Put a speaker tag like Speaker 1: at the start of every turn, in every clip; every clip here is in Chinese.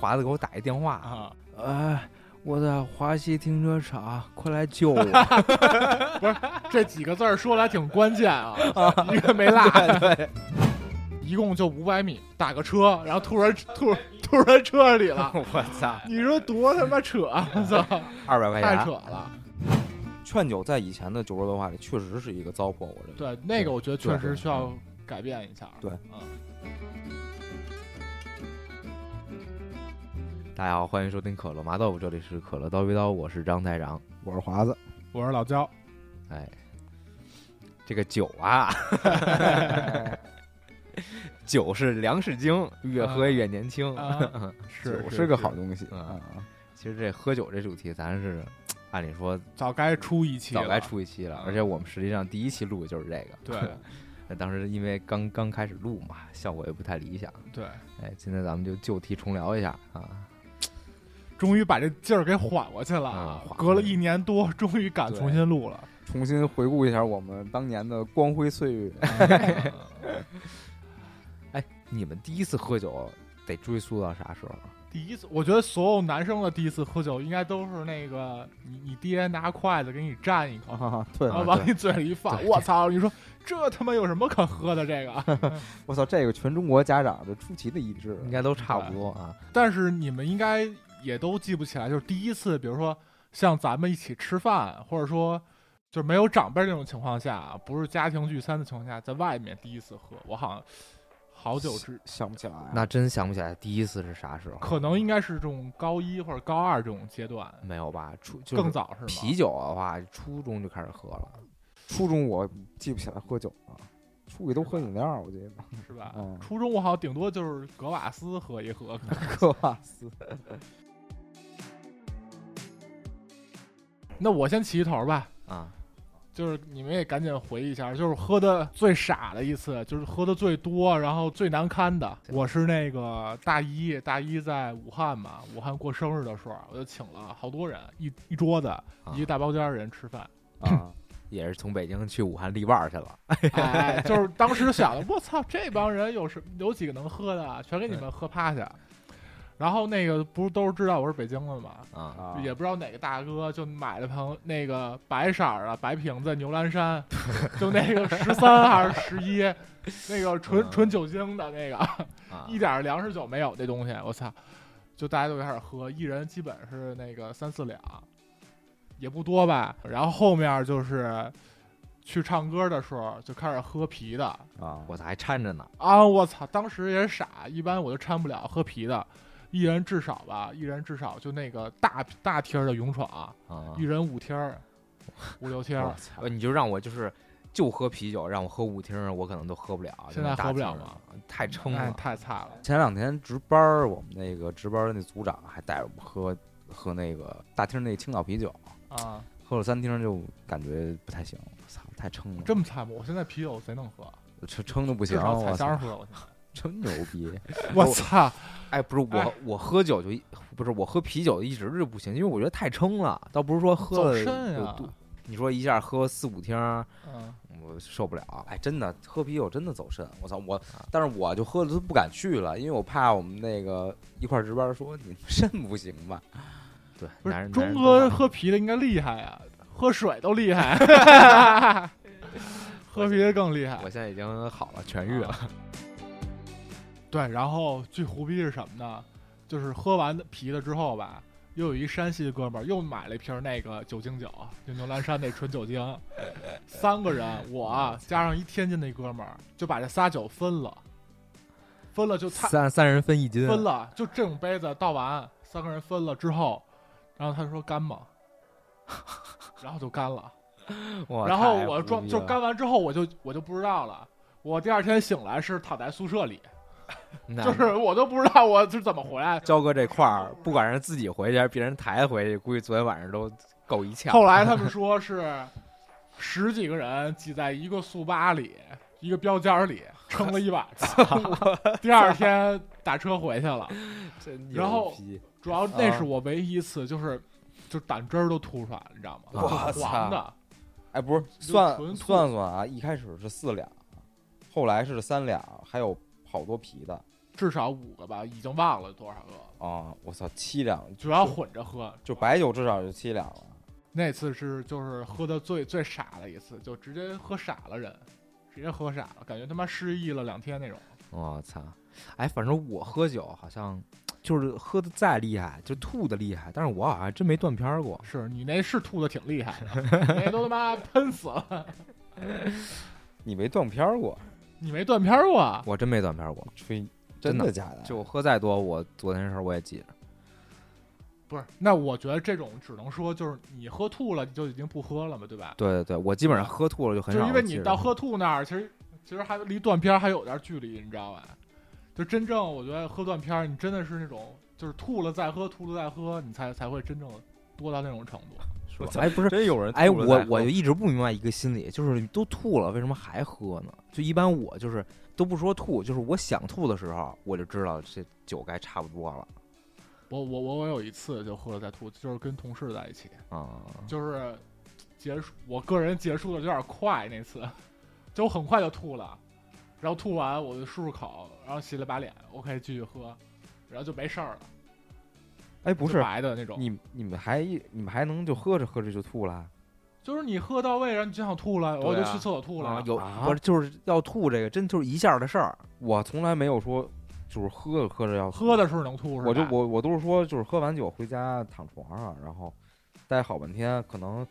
Speaker 1: 华子给我打一电话，
Speaker 2: 啊，
Speaker 1: 哎，我在华西停车场，快来救我！
Speaker 2: 这几个字儿说来挺关键啊，一个没
Speaker 1: 没
Speaker 2: 落，
Speaker 1: 对对，
Speaker 2: 一共就五百米，打个车，然后突 然突突然车里 了，
Speaker 1: 我操，
Speaker 2: 你说多他妈扯！ 我操，
Speaker 1: 二百块
Speaker 2: 太扯
Speaker 1: 钱。
Speaker 2: 了。
Speaker 1: 劝酒在以前的酒桌文化里确实是一个糟粕，我认为。
Speaker 2: 对，那个我觉得确
Speaker 1: 对
Speaker 2: 实需要改变一下。
Speaker 1: 对
Speaker 2: 嗯，
Speaker 1: 大家好，欢迎收听可乐麻豆腐，这里是可乐叨逼叨，我是张太长。
Speaker 3: 我是华子，
Speaker 2: 我是老焦，
Speaker 1: 哎，这个酒啊， 酒是粮食精，越喝越年轻。
Speaker 2: 啊是
Speaker 3: 酒是个好东西
Speaker 1: 嗯
Speaker 3: 啊！
Speaker 1: 其实这喝酒这主题，咱是按理说
Speaker 2: 早该出一期了，
Speaker 1: 早该出一期了，
Speaker 2: 嗯
Speaker 1: 而且我们实际上第一期录的就是这个。
Speaker 2: 对
Speaker 1: 那当时因为刚刚开始录嘛，效果也不太理想。
Speaker 2: 对，
Speaker 1: 哎，今天咱们就就题重聊一下啊，
Speaker 2: 终于把这劲儿给缓过去了
Speaker 1: 啊
Speaker 2: 啊
Speaker 1: 缓，过
Speaker 2: 隔了
Speaker 1: 去
Speaker 2: 一年多，终于敢
Speaker 1: 对
Speaker 2: 重新录 了。
Speaker 3: 重新回顾一下我们当年的光辉岁月，
Speaker 1: 你们第一次喝酒得追溯到啥时候？
Speaker 2: 第一次，我觉得所有男生的第一次喝酒，应该都是那个你你爹拿筷子给你蘸一口，
Speaker 3: 啊！对
Speaker 2: 然后
Speaker 1: 啊
Speaker 2: 往你嘴里一放，
Speaker 1: 对
Speaker 2: 我操！你说这他妈有什么可喝的？这个，
Speaker 3: 我操，这个全中国家长就出奇的一致，
Speaker 1: 应该都差不多啊。
Speaker 2: 但是你们应该也都记不起来，就是第一次，比如说像咱们一起吃饭，或者说就是没有长辈那种情况下，不是家庭聚餐的情况下，在外面第一次喝，我好像好久之，
Speaker 3: 想不起来。
Speaker 1: 那真想不起来第一次是啥时候，
Speaker 2: 啊可能应该是这种高一或者高二这种阶段，
Speaker 1: 没有吧？初就是
Speaker 2: 更早是吗？
Speaker 1: 啤酒的话，初中就开始喝了。
Speaker 3: 初中我记不起来喝酒了，初一都喝饮料，我记得。
Speaker 2: 是吧？
Speaker 3: 嗯
Speaker 2: 初中我好像顶多就是格瓦斯喝一喝，
Speaker 3: 科瓦 斯，
Speaker 2: 那我先起一头吧，
Speaker 1: 啊，
Speaker 2: 就是你们也赶紧回忆一下，就是喝的最傻的一次，就是喝的最多，然后最难堪的。我是那个大一，大一在武汉嘛，武汉过生日的时候，我就请了好多人，一一桌子，一个大包间儿人吃饭。
Speaker 1: 啊，也是从北京去武汉立腕儿去了。
Speaker 2: 哎，就是当时想的，我操，这帮人有什有几个能喝的啊，全给你们喝趴下。然后那个不是都是知道我是北京的嘛，
Speaker 1: 啊，
Speaker 3: 啊
Speaker 2: 也不知道哪个大哥就买了盆那个白色儿的白瓶子牛 栏山，就那个十三还是十一，那个纯
Speaker 1: 嗯
Speaker 2: 纯酒精的那个，
Speaker 1: 啊
Speaker 2: 一点儿粮食酒没有那东西，我操！就大家都开始喝，一人基本是那个三四两，也不多吧。然后后面就是去唱歌的时候就开始喝啤的，
Speaker 3: 啊，
Speaker 1: 我咋还掺着呢？
Speaker 2: 啊，我操！当时也傻，一般我就掺不了喝啤的，一人至少吧，一人至少就那个大大贴儿的勇闯、
Speaker 1: 啊
Speaker 2: 一，人五贴儿，五六贴
Speaker 1: 我
Speaker 2: 儿，哎
Speaker 1: 操！你就让我就是就喝啤酒，让我喝五听儿，我可能都喝不了。
Speaker 2: 现
Speaker 1: 就
Speaker 2: 在
Speaker 1: 那大
Speaker 2: 喝不
Speaker 1: 瓶
Speaker 2: 了
Speaker 1: 儿
Speaker 2: 吗？
Speaker 1: 太撑
Speaker 2: 哎，
Speaker 1: 了。
Speaker 2: 太菜了。
Speaker 3: 前两天值班儿，我们那个值班儿那组长还带着我们喝喝那个大厅那青岛啤酒，
Speaker 2: 啊，
Speaker 3: 喝了三听就感觉不太行，我操，太撑了，
Speaker 2: 这么菜吗？我现在啤酒贼能喝，
Speaker 3: 撑撑的不
Speaker 2: 至
Speaker 3: 行，
Speaker 2: 少
Speaker 3: 我
Speaker 2: 菜香
Speaker 3: 操
Speaker 2: 儿，喝。我现在
Speaker 3: 真牛逼。
Speaker 2: 我操！
Speaker 1: 哎，不是我
Speaker 2: 哎，
Speaker 1: 我喝酒就一不是我喝啤酒一直就不行，因为我觉得太撑了，倒不是说喝
Speaker 2: 走
Speaker 1: 了
Speaker 2: 肾
Speaker 1: 有
Speaker 3: 啊
Speaker 2: 呀
Speaker 1: 多你说一下喝四五听儿，
Speaker 2: 嗯，
Speaker 1: 我受不了。啊
Speaker 3: 哎，真的喝啤酒真的走肾，我操我，但是我就喝的都不敢去了，因为我怕我们那个一块儿值班说你们肾不行吧？
Speaker 1: 对，
Speaker 2: 不
Speaker 1: 男
Speaker 2: 是
Speaker 1: 人
Speaker 2: 钟
Speaker 1: 哥
Speaker 2: 哥喝啤的应该厉害呀，喝水都厉 害，喝啤的更厉害
Speaker 1: 我。现在已经好了，痊愈
Speaker 3: 啊
Speaker 1: 了。
Speaker 2: 对，然后最胡逼是什么呢？就是喝完啤的之后吧，又有一山西哥们儿又买了一瓶那个酒精酒，就牛栏山那纯酒 精。三个人，
Speaker 1: 嗯
Speaker 2: 我啊加上一天津那哥们儿，就把这仨酒分了，分了就他
Speaker 1: 三三人分一斤，啊
Speaker 2: 分了，就这种杯子倒完，三个人分了之后，然后他说 干吗？然后就干了。
Speaker 1: 哇
Speaker 2: 然后
Speaker 1: 太
Speaker 2: 我
Speaker 1: 牛
Speaker 2: 装
Speaker 1: 逼
Speaker 2: 就
Speaker 1: 了
Speaker 2: 干完之后，我就我就不知道了。我第二天醒来是躺在宿舍里，
Speaker 1: 那
Speaker 2: 就是我都不知道我是怎么回来。
Speaker 1: 焦哥这块儿，不管是自己回去还是别人抬回去，估计昨天晚上都够一呛。
Speaker 2: 后来他们说是十几个人挤在一个速八里，一个标间儿里撑了一晚上，第二天打车回去了。
Speaker 1: 真
Speaker 2: 然后
Speaker 1: 逼
Speaker 2: 主要那是我唯一一次，就是就胆汁儿都吐出来了，你知道吗？
Speaker 1: 我
Speaker 2: 黄的，
Speaker 3: 哎，不是
Speaker 2: 就
Speaker 3: 算
Speaker 2: 纯吐
Speaker 3: 算算啊，一开始是四两，后来是三两，还有好多啤的，
Speaker 2: 至少五个吧，已经忘了多少个，
Speaker 3: 啊，我操，七两，
Speaker 2: 主要混着喝。
Speaker 3: 就白酒至少就七两了。
Speaker 2: 那次是就是喝的最最傻的一次，就直接喝傻了人，直接喝傻了，感觉他妈失忆了两天那种。
Speaker 1: 我操！哎，反正我喝酒好像就是喝的再厉害，就吐的厉害，但是我好像还真没断片儿过。
Speaker 2: 是你那是吐的挺厉害的，你那都他妈喷死了，
Speaker 3: 你没断片儿过？
Speaker 2: 你没断片儿过啊？
Speaker 1: 我真没断片儿过，
Speaker 3: 吹，
Speaker 1: 真的
Speaker 3: 的假的？
Speaker 1: 就我喝再多，我昨天的事儿我也记着。
Speaker 2: 不是，那我觉得这种只能说就是你喝吐了，你就已经不喝了嘛，对吧？
Speaker 1: 对对对，我基本上喝吐了就很
Speaker 2: 就
Speaker 1: 少
Speaker 2: 是
Speaker 1: 了。
Speaker 2: 因为你
Speaker 1: 记着
Speaker 2: 到喝吐那儿，其实其实还离断片儿还有点距离，你知道吧？就真正我觉得喝断片儿，你真的是那种就是吐了再喝，吐了再喝，你才才会真正多到那种程度。
Speaker 1: 我哎不是
Speaker 3: 真有人
Speaker 1: 哎，
Speaker 3: 吐了
Speaker 1: 我
Speaker 3: 再喝
Speaker 1: 我就一直不明白一个心理，就是都吐了，为什么还喝呢？就一般我就是都不说吐，就是我想吐的时候，我就知道这酒该差不多了
Speaker 2: 我我我我有一次就喝了再吐，就是跟同事在一起，
Speaker 1: 啊、
Speaker 2: 就是结束，我个人结束的有点快，那次就我很快就吐了，然后吐完我就漱漱口，然后洗了把脸，OK 继续喝，然后就没事儿了，
Speaker 3: 哎，不，
Speaker 2: 就是白的那种，
Speaker 3: 你你们还你们还能就喝着喝着就吐了？
Speaker 2: 就是你喝到位，然后你就想吐了，我就
Speaker 3: 对啊
Speaker 2: 去厕所吐了，
Speaker 1: 啊，有
Speaker 3: 啊
Speaker 1: 不是就是要吐这个，真就是一下的事儿。
Speaker 3: 我从来没有说就是喝着喝着要吐
Speaker 2: 喝，的时候能吐是吧？
Speaker 3: 我就我我都是说就是喝完酒回家躺床上，然后待好半天，可能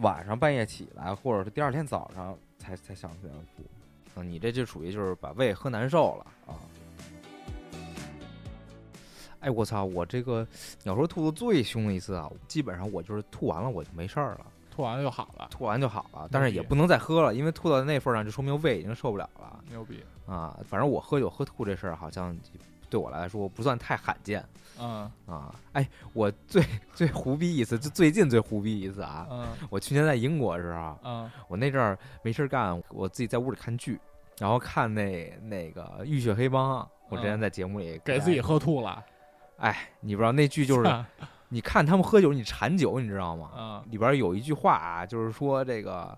Speaker 3: 晚上半夜起来，或者是第二天早上才才想起来要吐
Speaker 1: 啊，你这就属于就是把胃喝难受了。
Speaker 3: 啊。
Speaker 1: 哎，我操，我这个你要说吐的最凶的一次啊，基本上我就是吐完了我就没事儿了，
Speaker 2: 吐完了就好了，
Speaker 1: 吐完就好了，但是也
Speaker 2: 牛逼
Speaker 1: 不能再喝了，因为吐到那份儿上就说明胃已经受不了了。
Speaker 2: 牛逼，
Speaker 1: 啊，反正我喝酒喝吐这事儿，好像对我来说不算太罕见
Speaker 2: 嗯
Speaker 1: 啊。哎，我最最胡逼一次，就最近最胡逼一次啊！
Speaker 2: 嗯
Speaker 1: 我去年在英国的时候，
Speaker 2: 嗯
Speaker 1: 我那阵儿没事儿干，我自己在屋里看剧，然后看那那个《浴血黑帮》，我之前
Speaker 2: 嗯
Speaker 1: 在节目里
Speaker 2: 给
Speaker 1: 大
Speaker 2: 自己
Speaker 1: 家，
Speaker 2: 喝吐了，
Speaker 1: 哎，你不知道那剧就是你看他们喝酒，你馋酒，你知道吗？
Speaker 2: 嗯
Speaker 1: 里边儿有一句话啊，就是说这个，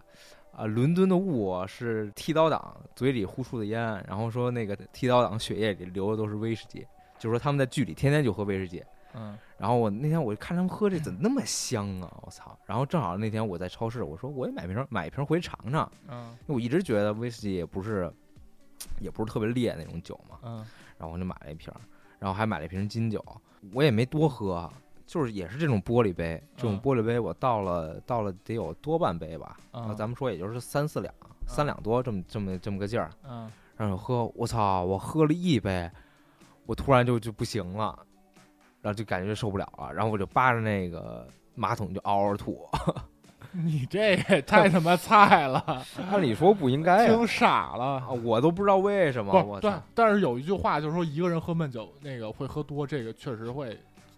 Speaker 1: 呃，伦敦的雾是剃刀党嘴里呼出的烟，然后说那个剃刀党血液里流的都是威士忌，就说他们在剧里天天就喝威士忌。
Speaker 2: 嗯
Speaker 1: 然后我那天我就看他们喝这怎么那么香啊，我操！然后正好那天我在超市，我说我也买瓶买一瓶回去尝尝，
Speaker 2: 嗯
Speaker 1: 因为我一直觉得威士忌也不是也不是特别烈那种酒嘛，
Speaker 2: 嗯
Speaker 1: 然后我就买了一瓶儿，然后还买了一瓶金酒，我也没多喝，啊就是也是这种玻璃杯，这种
Speaker 2: 嗯
Speaker 1: 玻璃杯我倒了倒了得有多半杯吧，那
Speaker 3: 啊
Speaker 2: 嗯，
Speaker 1: 咱们说也就是三四两，三
Speaker 2: 嗯
Speaker 1: 两多这么这么这么个劲儿，
Speaker 2: 嗯
Speaker 1: 然后喝，我操，我喝了一杯，我突然就就不行了，然后就感觉受不了了，然后我就扒着那个马桶就嗷嗷吐，
Speaker 2: 嗯你这也太他妈菜了。
Speaker 3: 按理说不应该哎啊呀
Speaker 2: 听傻了。
Speaker 1: 我都不知道为什么，
Speaker 2: 啊不
Speaker 1: 我
Speaker 2: 是，
Speaker 1: 操啊
Speaker 2: 对！，但是有一句话就是说，一个人喝闷酒，那个会喝多，这个确实会。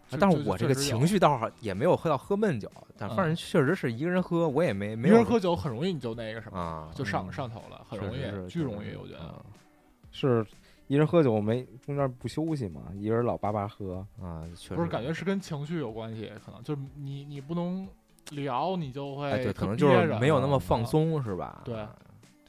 Speaker 1: 啊但是我这个情
Speaker 2: 绪，
Speaker 1: 绪倒是也没有喝到喝闷酒，但
Speaker 2: 嗯
Speaker 1: 反正确实是一个人喝，我也没没
Speaker 2: 一
Speaker 1: 有
Speaker 2: 个人喝酒很容易你就那个什么，
Speaker 1: 啊，
Speaker 2: 就上
Speaker 1: 嗯
Speaker 2: 上头了，很
Speaker 1: 是
Speaker 2: 容
Speaker 1: 是是
Speaker 2: 易，巨
Speaker 1: 是
Speaker 2: 容易，
Speaker 1: 是啊
Speaker 2: 我觉得。
Speaker 3: 是一人喝酒没中间不休息嘛，一人老叭叭喝，
Speaker 1: 啊，确实
Speaker 2: 不是，感觉是跟情绪有关系，可能就是你你不能聊，你就会
Speaker 1: 哎，对，
Speaker 2: 特
Speaker 1: 可能就是
Speaker 2: 憋着
Speaker 1: 没有那么
Speaker 2: 啊
Speaker 1: 放松，是吧？
Speaker 2: 对
Speaker 1: 对，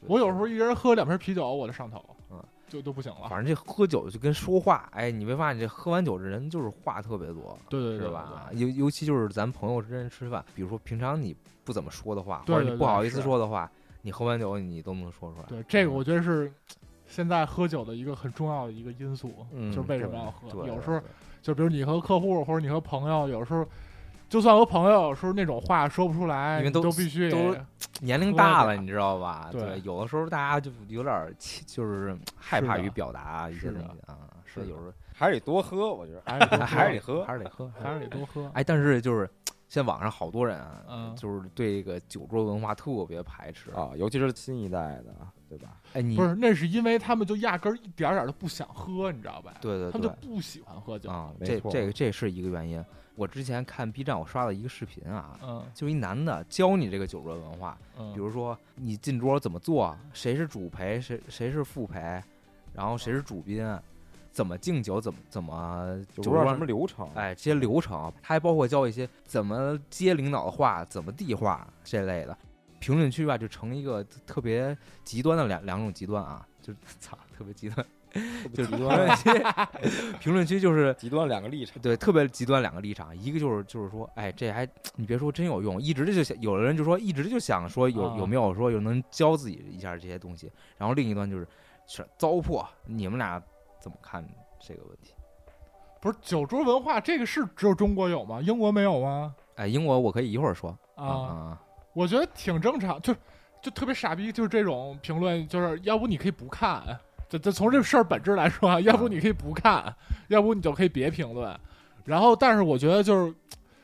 Speaker 2: 我有时候一人喝两瓶啤酒，我就上头
Speaker 1: 嗯，
Speaker 2: 就都不行了。
Speaker 1: 反正这喝酒就跟说话，哎，你没发现这喝完酒这人就是话特别多，
Speaker 2: 对对对
Speaker 1: 是
Speaker 2: 对
Speaker 1: 吧？
Speaker 2: 对
Speaker 1: 尤尤其就是咱朋友之间吃饭，比如说平常你不怎么说的话，
Speaker 2: 对
Speaker 1: 或者
Speaker 2: 对
Speaker 1: 你
Speaker 2: 对
Speaker 1: 不好意思
Speaker 2: 是
Speaker 1: 说的话，你喝完酒你都能说出来。
Speaker 2: 对，这个我觉得是现在喝酒的一个很重要的一个因素，
Speaker 3: 嗯
Speaker 2: 就是为什
Speaker 1: 对
Speaker 2: 么要喝。
Speaker 1: 对
Speaker 2: 有
Speaker 1: 对
Speaker 2: 时候
Speaker 1: 对
Speaker 2: 就比如你和客户或者你和朋友，有时候就算和朋友，有时候那种话说不出来，
Speaker 1: 因为
Speaker 2: 你
Speaker 1: 都
Speaker 2: 都必须
Speaker 1: 都
Speaker 2: 得
Speaker 1: 年龄
Speaker 2: 喝
Speaker 1: 大
Speaker 2: 点
Speaker 1: 了，你知道吧？
Speaker 2: 对
Speaker 1: 对，有的时候大家就有点儿气就是害
Speaker 2: 是
Speaker 1: 怕
Speaker 2: 的
Speaker 1: 于表达一些
Speaker 2: 是
Speaker 1: 东
Speaker 2: 的
Speaker 1: 西啊，
Speaker 2: 是
Speaker 1: 所以
Speaker 2: 的
Speaker 1: 有时候
Speaker 3: 还是得多喝。我觉得
Speaker 2: 还是多
Speaker 3: 还是得喝。
Speaker 1: 还是
Speaker 2: 喝
Speaker 1: 得喝，还
Speaker 2: 还
Speaker 1: 是
Speaker 2: 是得多喝。
Speaker 1: 哎，但是就是现在网上好多人啊，
Speaker 2: 嗯
Speaker 1: 就是对这个酒桌文化特别排斥。
Speaker 3: 啊，尤其是新一代的，对吧？
Speaker 1: 哎，你
Speaker 2: 不是，那是因为他们就压根儿一点儿点儿都不想喝，你知道吧？
Speaker 1: 对对
Speaker 2: 他们
Speaker 1: 对
Speaker 2: 就不喜欢喝酒。
Speaker 1: 啊，
Speaker 3: 没
Speaker 1: 这
Speaker 3: 错
Speaker 1: 这个这是一个原因。我之前看 B 站，我刷到一个视频啊，
Speaker 2: 嗯
Speaker 1: 就一男的教你这个酒桌文化，
Speaker 2: 嗯，
Speaker 1: 比如说你进桌怎么做，谁是主陪，谁谁是副陪，然后谁是主宾，怎么敬酒，怎么怎么
Speaker 3: 就
Speaker 1: 酒
Speaker 3: 不知道
Speaker 1: 桌
Speaker 3: 什么流程。
Speaker 1: 哎，这些流程，他还包括教一些怎么接领导的话，怎么递话这类的。评论区吧，就成一个特别极端的两两种极端啊，就 操，特别极端，就
Speaker 4: 极
Speaker 1: 是评
Speaker 4: 端
Speaker 1: 论区，评论区就是
Speaker 4: 极端两个立场，
Speaker 1: 对，特别极端两个立场，一个就是就是说，哎，这还你别说真有用，一直就想，有的人就说一直就想说有有没有说有能教自己一下这些东西，然后另一端就是是糟粕，你们俩怎么看这个问题？
Speaker 2: 不是酒桌文化这个是只有中国有吗？英国没有吗？
Speaker 1: 哎，英国我可以一会儿说
Speaker 2: 啊，
Speaker 1: 啊
Speaker 2: 我觉得挺正常，就就特别傻逼，就是这种评论，就是要不你可以不看，这这从这事儿本质来说啊，要不你可以不看，要不你就可以别评论。然后，但是我觉得就是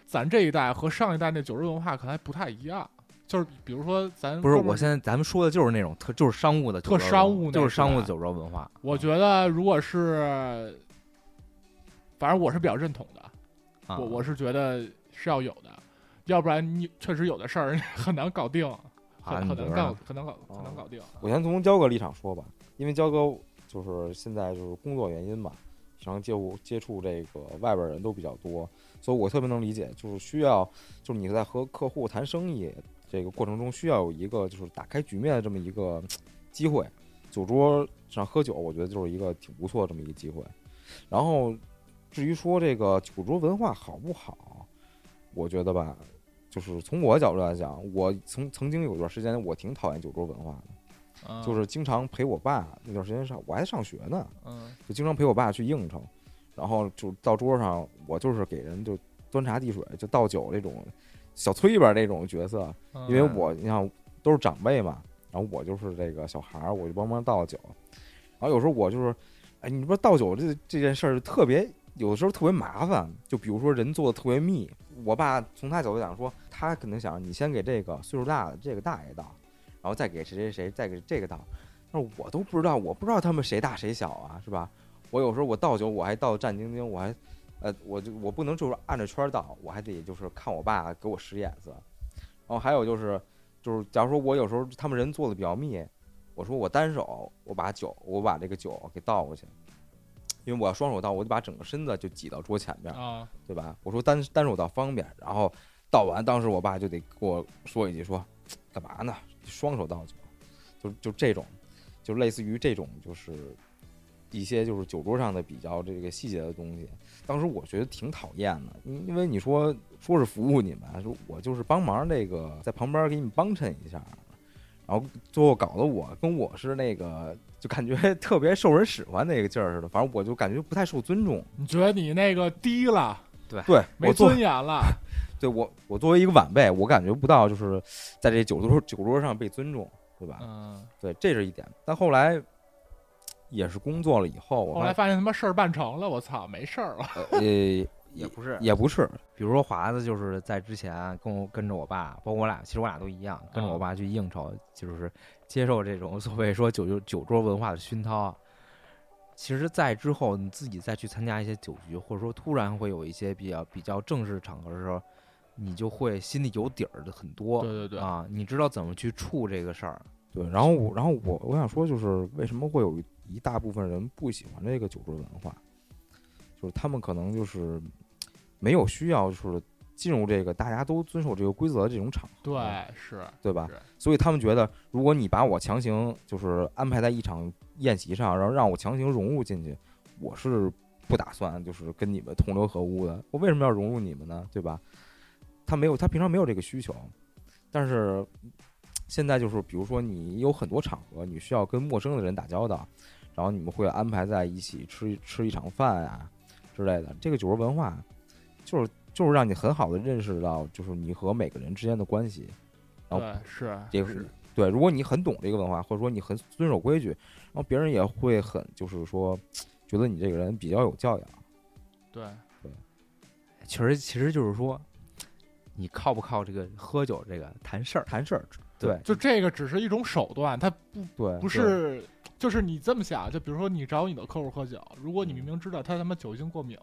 Speaker 2: 咱这一代和上一代那酒桌文化可能还不太一样，就是比如说咱
Speaker 1: 不是，
Speaker 2: 哥们儿
Speaker 1: 我现在咱们说的就是那种特就是商务的酒
Speaker 2: 嗯特
Speaker 1: 桌
Speaker 2: 商
Speaker 1: 文
Speaker 2: 务那
Speaker 1: 就是
Speaker 2: 是
Speaker 1: 商务
Speaker 2: 吧
Speaker 1: 的酒桌文化。
Speaker 2: 我觉得如果是，反正我是比较认同的，
Speaker 1: 啊、
Speaker 2: 我我是觉得是要有的，要不然你确实有的事儿 很难搞定，
Speaker 1: 啊
Speaker 2: 很
Speaker 1: 你
Speaker 2: 很
Speaker 1: 觉
Speaker 2: 难
Speaker 1: 得
Speaker 2: 搞
Speaker 1: 呢，
Speaker 2: 很难搞，
Speaker 4: 哦
Speaker 2: 很难搞定。
Speaker 4: 我先从焦哥立场说吧，因为焦哥就是现在就是工作原因嘛，平常接触接触这个外边人都比较多，所以我特别能理解，就是需要就是你在和客户谈生意这个过程中需要有一个就是打开局面的这么一个嗯机会，酒桌上喝酒，我觉得就是一个挺不错的这么一个机会。然后至于说这个酒桌文化好不好，我觉得吧。就是从我角度来讲，我曾曾经有段时间我挺讨厌酒桌文化的，
Speaker 2: 嗯
Speaker 4: 就是经常陪我爸那段时间上，我还在上学呢，
Speaker 2: 嗯
Speaker 4: 就经常陪我爸去应酬，然后就到桌上，我就是给人就端茶递水，就倒酒这种小崔吧这种角色，
Speaker 2: 嗯
Speaker 4: 因为我你像都是长辈嘛，然后我就是这个小孩儿，我就帮忙倒酒，然后有时候我就是，哎，你说倒酒这这件事儿特别，有的时候特别麻烦，就比如说人做的特别密，我爸从他角度讲说，他可能想你先给这个岁数大的这个大爷倒，然后再给谁谁谁再给这个倒，但是我都不知道，我不知道他们谁大谁小啊，是吧？我有时候我倒酒我还倒战兢兢，我还。呃，我就我不能就是按着圈儿倒，我还得就是看我爸给我使眼色，然后还有就是，就是假如说我有时候他们人做的比较密，我说我单手我把酒我把这个酒给倒过去，因为我要双手倒，我就把整个身子就挤到桌前边儿，
Speaker 2: 啊
Speaker 4: 对吧？我说单单手倒方便，然后倒完，当时我爸就得跟我说一句说，干嘛呢？双手倒酒，就就这种，就类似于这种，就是一些就是酒桌上的比较这个细节的东西。当时我觉得挺讨厌的，因因为你说说是服务你们，说我就是帮忙这个在旁边给你们帮衬一下，然后最后搞得我跟我是那个就感觉 特别受人喜欢那个劲儿似的，反正我就感觉不太受尊重。
Speaker 2: 你觉得你那个低了，
Speaker 4: 对
Speaker 2: 没
Speaker 4: 我做
Speaker 2: 尊严 了，
Speaker 4: 对我，我作为一个晚辈，我感觉不到就是在这酒桌酒桌上被尊重，对吧？
Speaker 2: 嗯，
Speaker 4: 对，这是一点。但后来也是工作了以后，我
Speaker 2: 后
Speaker 4: 发
Speaker 2: 来
Speaker 4: 现
Speaker 2: 发现他妈事儿办成了，我操，没事儿了，
Speaker 4: 呃也
Speaker 1: 也不是，
Speaker 4: 也不是，
Speaker 1: 比如说华子就是在之前跟我跟着我爸，包括我俩，其实我俩都一样，跟
Speaker 2: 嗯
Speaker 1: 着我爸去应酬，就是接受这种所谓说酒酒酒桌文化的熏陶。其实，在之后你自己再去参加一些酒局，或者说突然会有一些比较比较正式场合的时候，你就会心里有底儿的很多。
Speaker 2: 对对对
Speaker 1: 啊，你知道怎么去处这个事儿。
Speaker 4: 对。然后我，然后我我想说，就是为什么会有一大部分人不喜欢这个酒桌文化，就是他们可能就是没有需要，就是进入这个大家都遵守这个规则的这种场合，
Speaker 2: 对，是，
Speaker 4: 对吧
Speaker 2: 是？
Speaker 4: 所以他们觉得，如果你把我强行就是安排在一场宴席上，然后让我强行融入进去，我是不打算就是跟你们同流合污的。我为什么要融入你们呢？对吧？他没有，他平常没有这个需求，但是现在就是，比如说你有很多场合，你需要跟陌生的人打交道，然后你们会安排在一起吃吃一场饭啊之类的。这个酒桌文化，就是就是让你很好的认识到，就是你和每个人之间的关系。然后
Speaker 2: 对，是，
Speaker 4: 也是对，如果你很懂这个文化，或者说你很遵守规矩，然后别人也会很就是说，觉得你这个人比较有教养。
Speaker 2: 对，
Speaker 1: 其实，其实就是说，你靠不靠这个喝酒这个谈事儿？
Speaker 4: 谈事儿，
Speaker 1: 对
Speaker 4: 对
Speaker 2: 就这个只是一种手段，它不
Speaker 4: 嗯对，
Speaker 2: 不是，就是你这么想，就比如说你找你的客户喝酒，如果你
Speaker 4: 嗯
Speaker 2: 明明知道他他妈酒精过敏，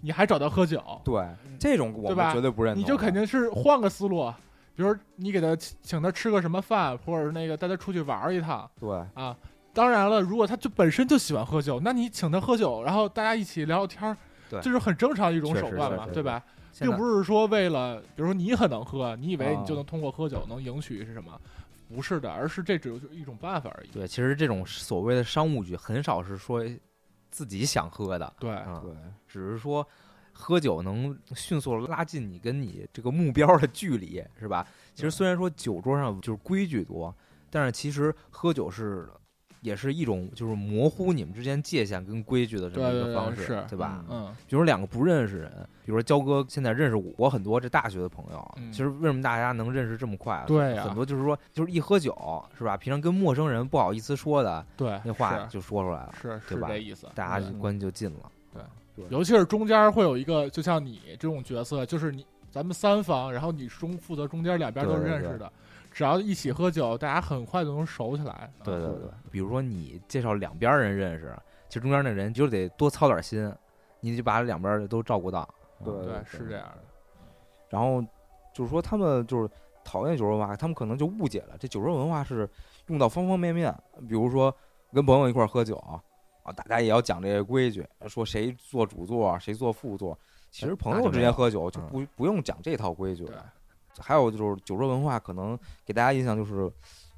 Speaker 2: 你还找他喝酒，
Speaker 4: 对这种我
Speaker 2: 嗯对吧
Speaker 4: 们绝对不认同
Speaker 2: 你
Speaker 4: 的，
Speaker 2: 就肯定是换个思路，啊比如你给他请请他吃个什么饭，或者是那个带他出去玩儿一趟
Speaker 4: 对
Speaker 2: 啊。当然了，如果他就本身就喜欢喝酒，那你请他喝酒，然后大家一起聊聊天儿，
Speaker 1: 对
Speaker 2: 这是很正常一种
Speaker 4: 确
Speaker 2: 手
Speaker 4: 实
Speaker 2: 段
Speaker 4: 确
Speaker 2: 嘛，
Speaker 4: 实
Speaker 2: 对吧？
Speaker 1: 现
Speaker 2: 并
Speaker 1: 在
Speaker 2: 不是说为了，比如说你很能喝，你以为
Speaker 4: 啊
Speaker 2: 你就能通过喝酒能迎娶是什么？不是的，而是这只是一种办法而已。
Speaker 1: 对，其实这种所谓的商务局很少是说自己想喝的，
Speaker 2: 哎对，
Speaker 1: 啊、
Speaker 4: 对，
Speaker 1: 只是说喝酒能迅速拉近你跟你这个目标的距离，是吧？其实虽然说酒桌上就是规矩多，但是其实喝酒是也是一种就是模糊你们之间界限跟规矩的这么一
Speaker 2: 对对
Speaker 1: 个
Speaker 2: 对
Speaker 1: 方式，
Speaker 2: 是
Speaker 1: 吧？
Speaker 2: 嗯，
Speaker 1: 比如两个不认识人，比如说焦哥现在认识我很多这大学的朋友，
Speaker 2: 嗯
Speaker 1: 其实为什么大家能认识这么快啊？
Speaker 2: 对呀
Speaker 1: 很多就是说就是一喝酒是吧？平常跟陌生人不好意思说的
Speaker 2: 对，
Speaker 1: 那话就说出来了，
Speaker 2: 是是
Speaker 1: 对
Speaker 2: 是
Speaker 1: 吧
Speaker 2: 这意思。
Speaker 1: 大家
Speaker 2: 对
Speaker 1: 就关系就近
Speaker 2: 嗯
Speaker 1: 了。
Speaker 2: 尤其是中间会有一个，就像你这种角色，就是你咱们三方，然后你中负责中间两边都
Speaker 1: 对对
Speaker 2: 认识的，只要一起喝酒，大家很快就能熟起来。
Speaker 1: 对对
Speaker 4: 对
Speaker 2: 嗯
Speaker 1: 对，比如说你介绍两边人认识，其实中间那人就得多操点心，你就把两边的都照顾到。
Speaker 4: 对
Speaker 2: 对
Speaker 4: 对，
Speaker 2: 是这样的。
Speaker 4: 然后就是说他们就是讨厌酒桌文化，他们可能就误解了这酒桌文化是用到方方面面，比如说跟朋友一块儿喝酒啊，大家也要讲这些规矩，说谁坐主座，谁坐副座。其实朋
Speaker 1: 呃那
Speaker 4: 友
Speaker 1: 就
Speaker 4: 之
Speaker 1: 没
Speaker 4: 间
Speaker 1: 有嗯
Speaker 4: 喝酒就不不用讲这套规矩
Speaker 2: 对
Speaker 4: 了。还有就是酒桌文化，可能给大家印象就是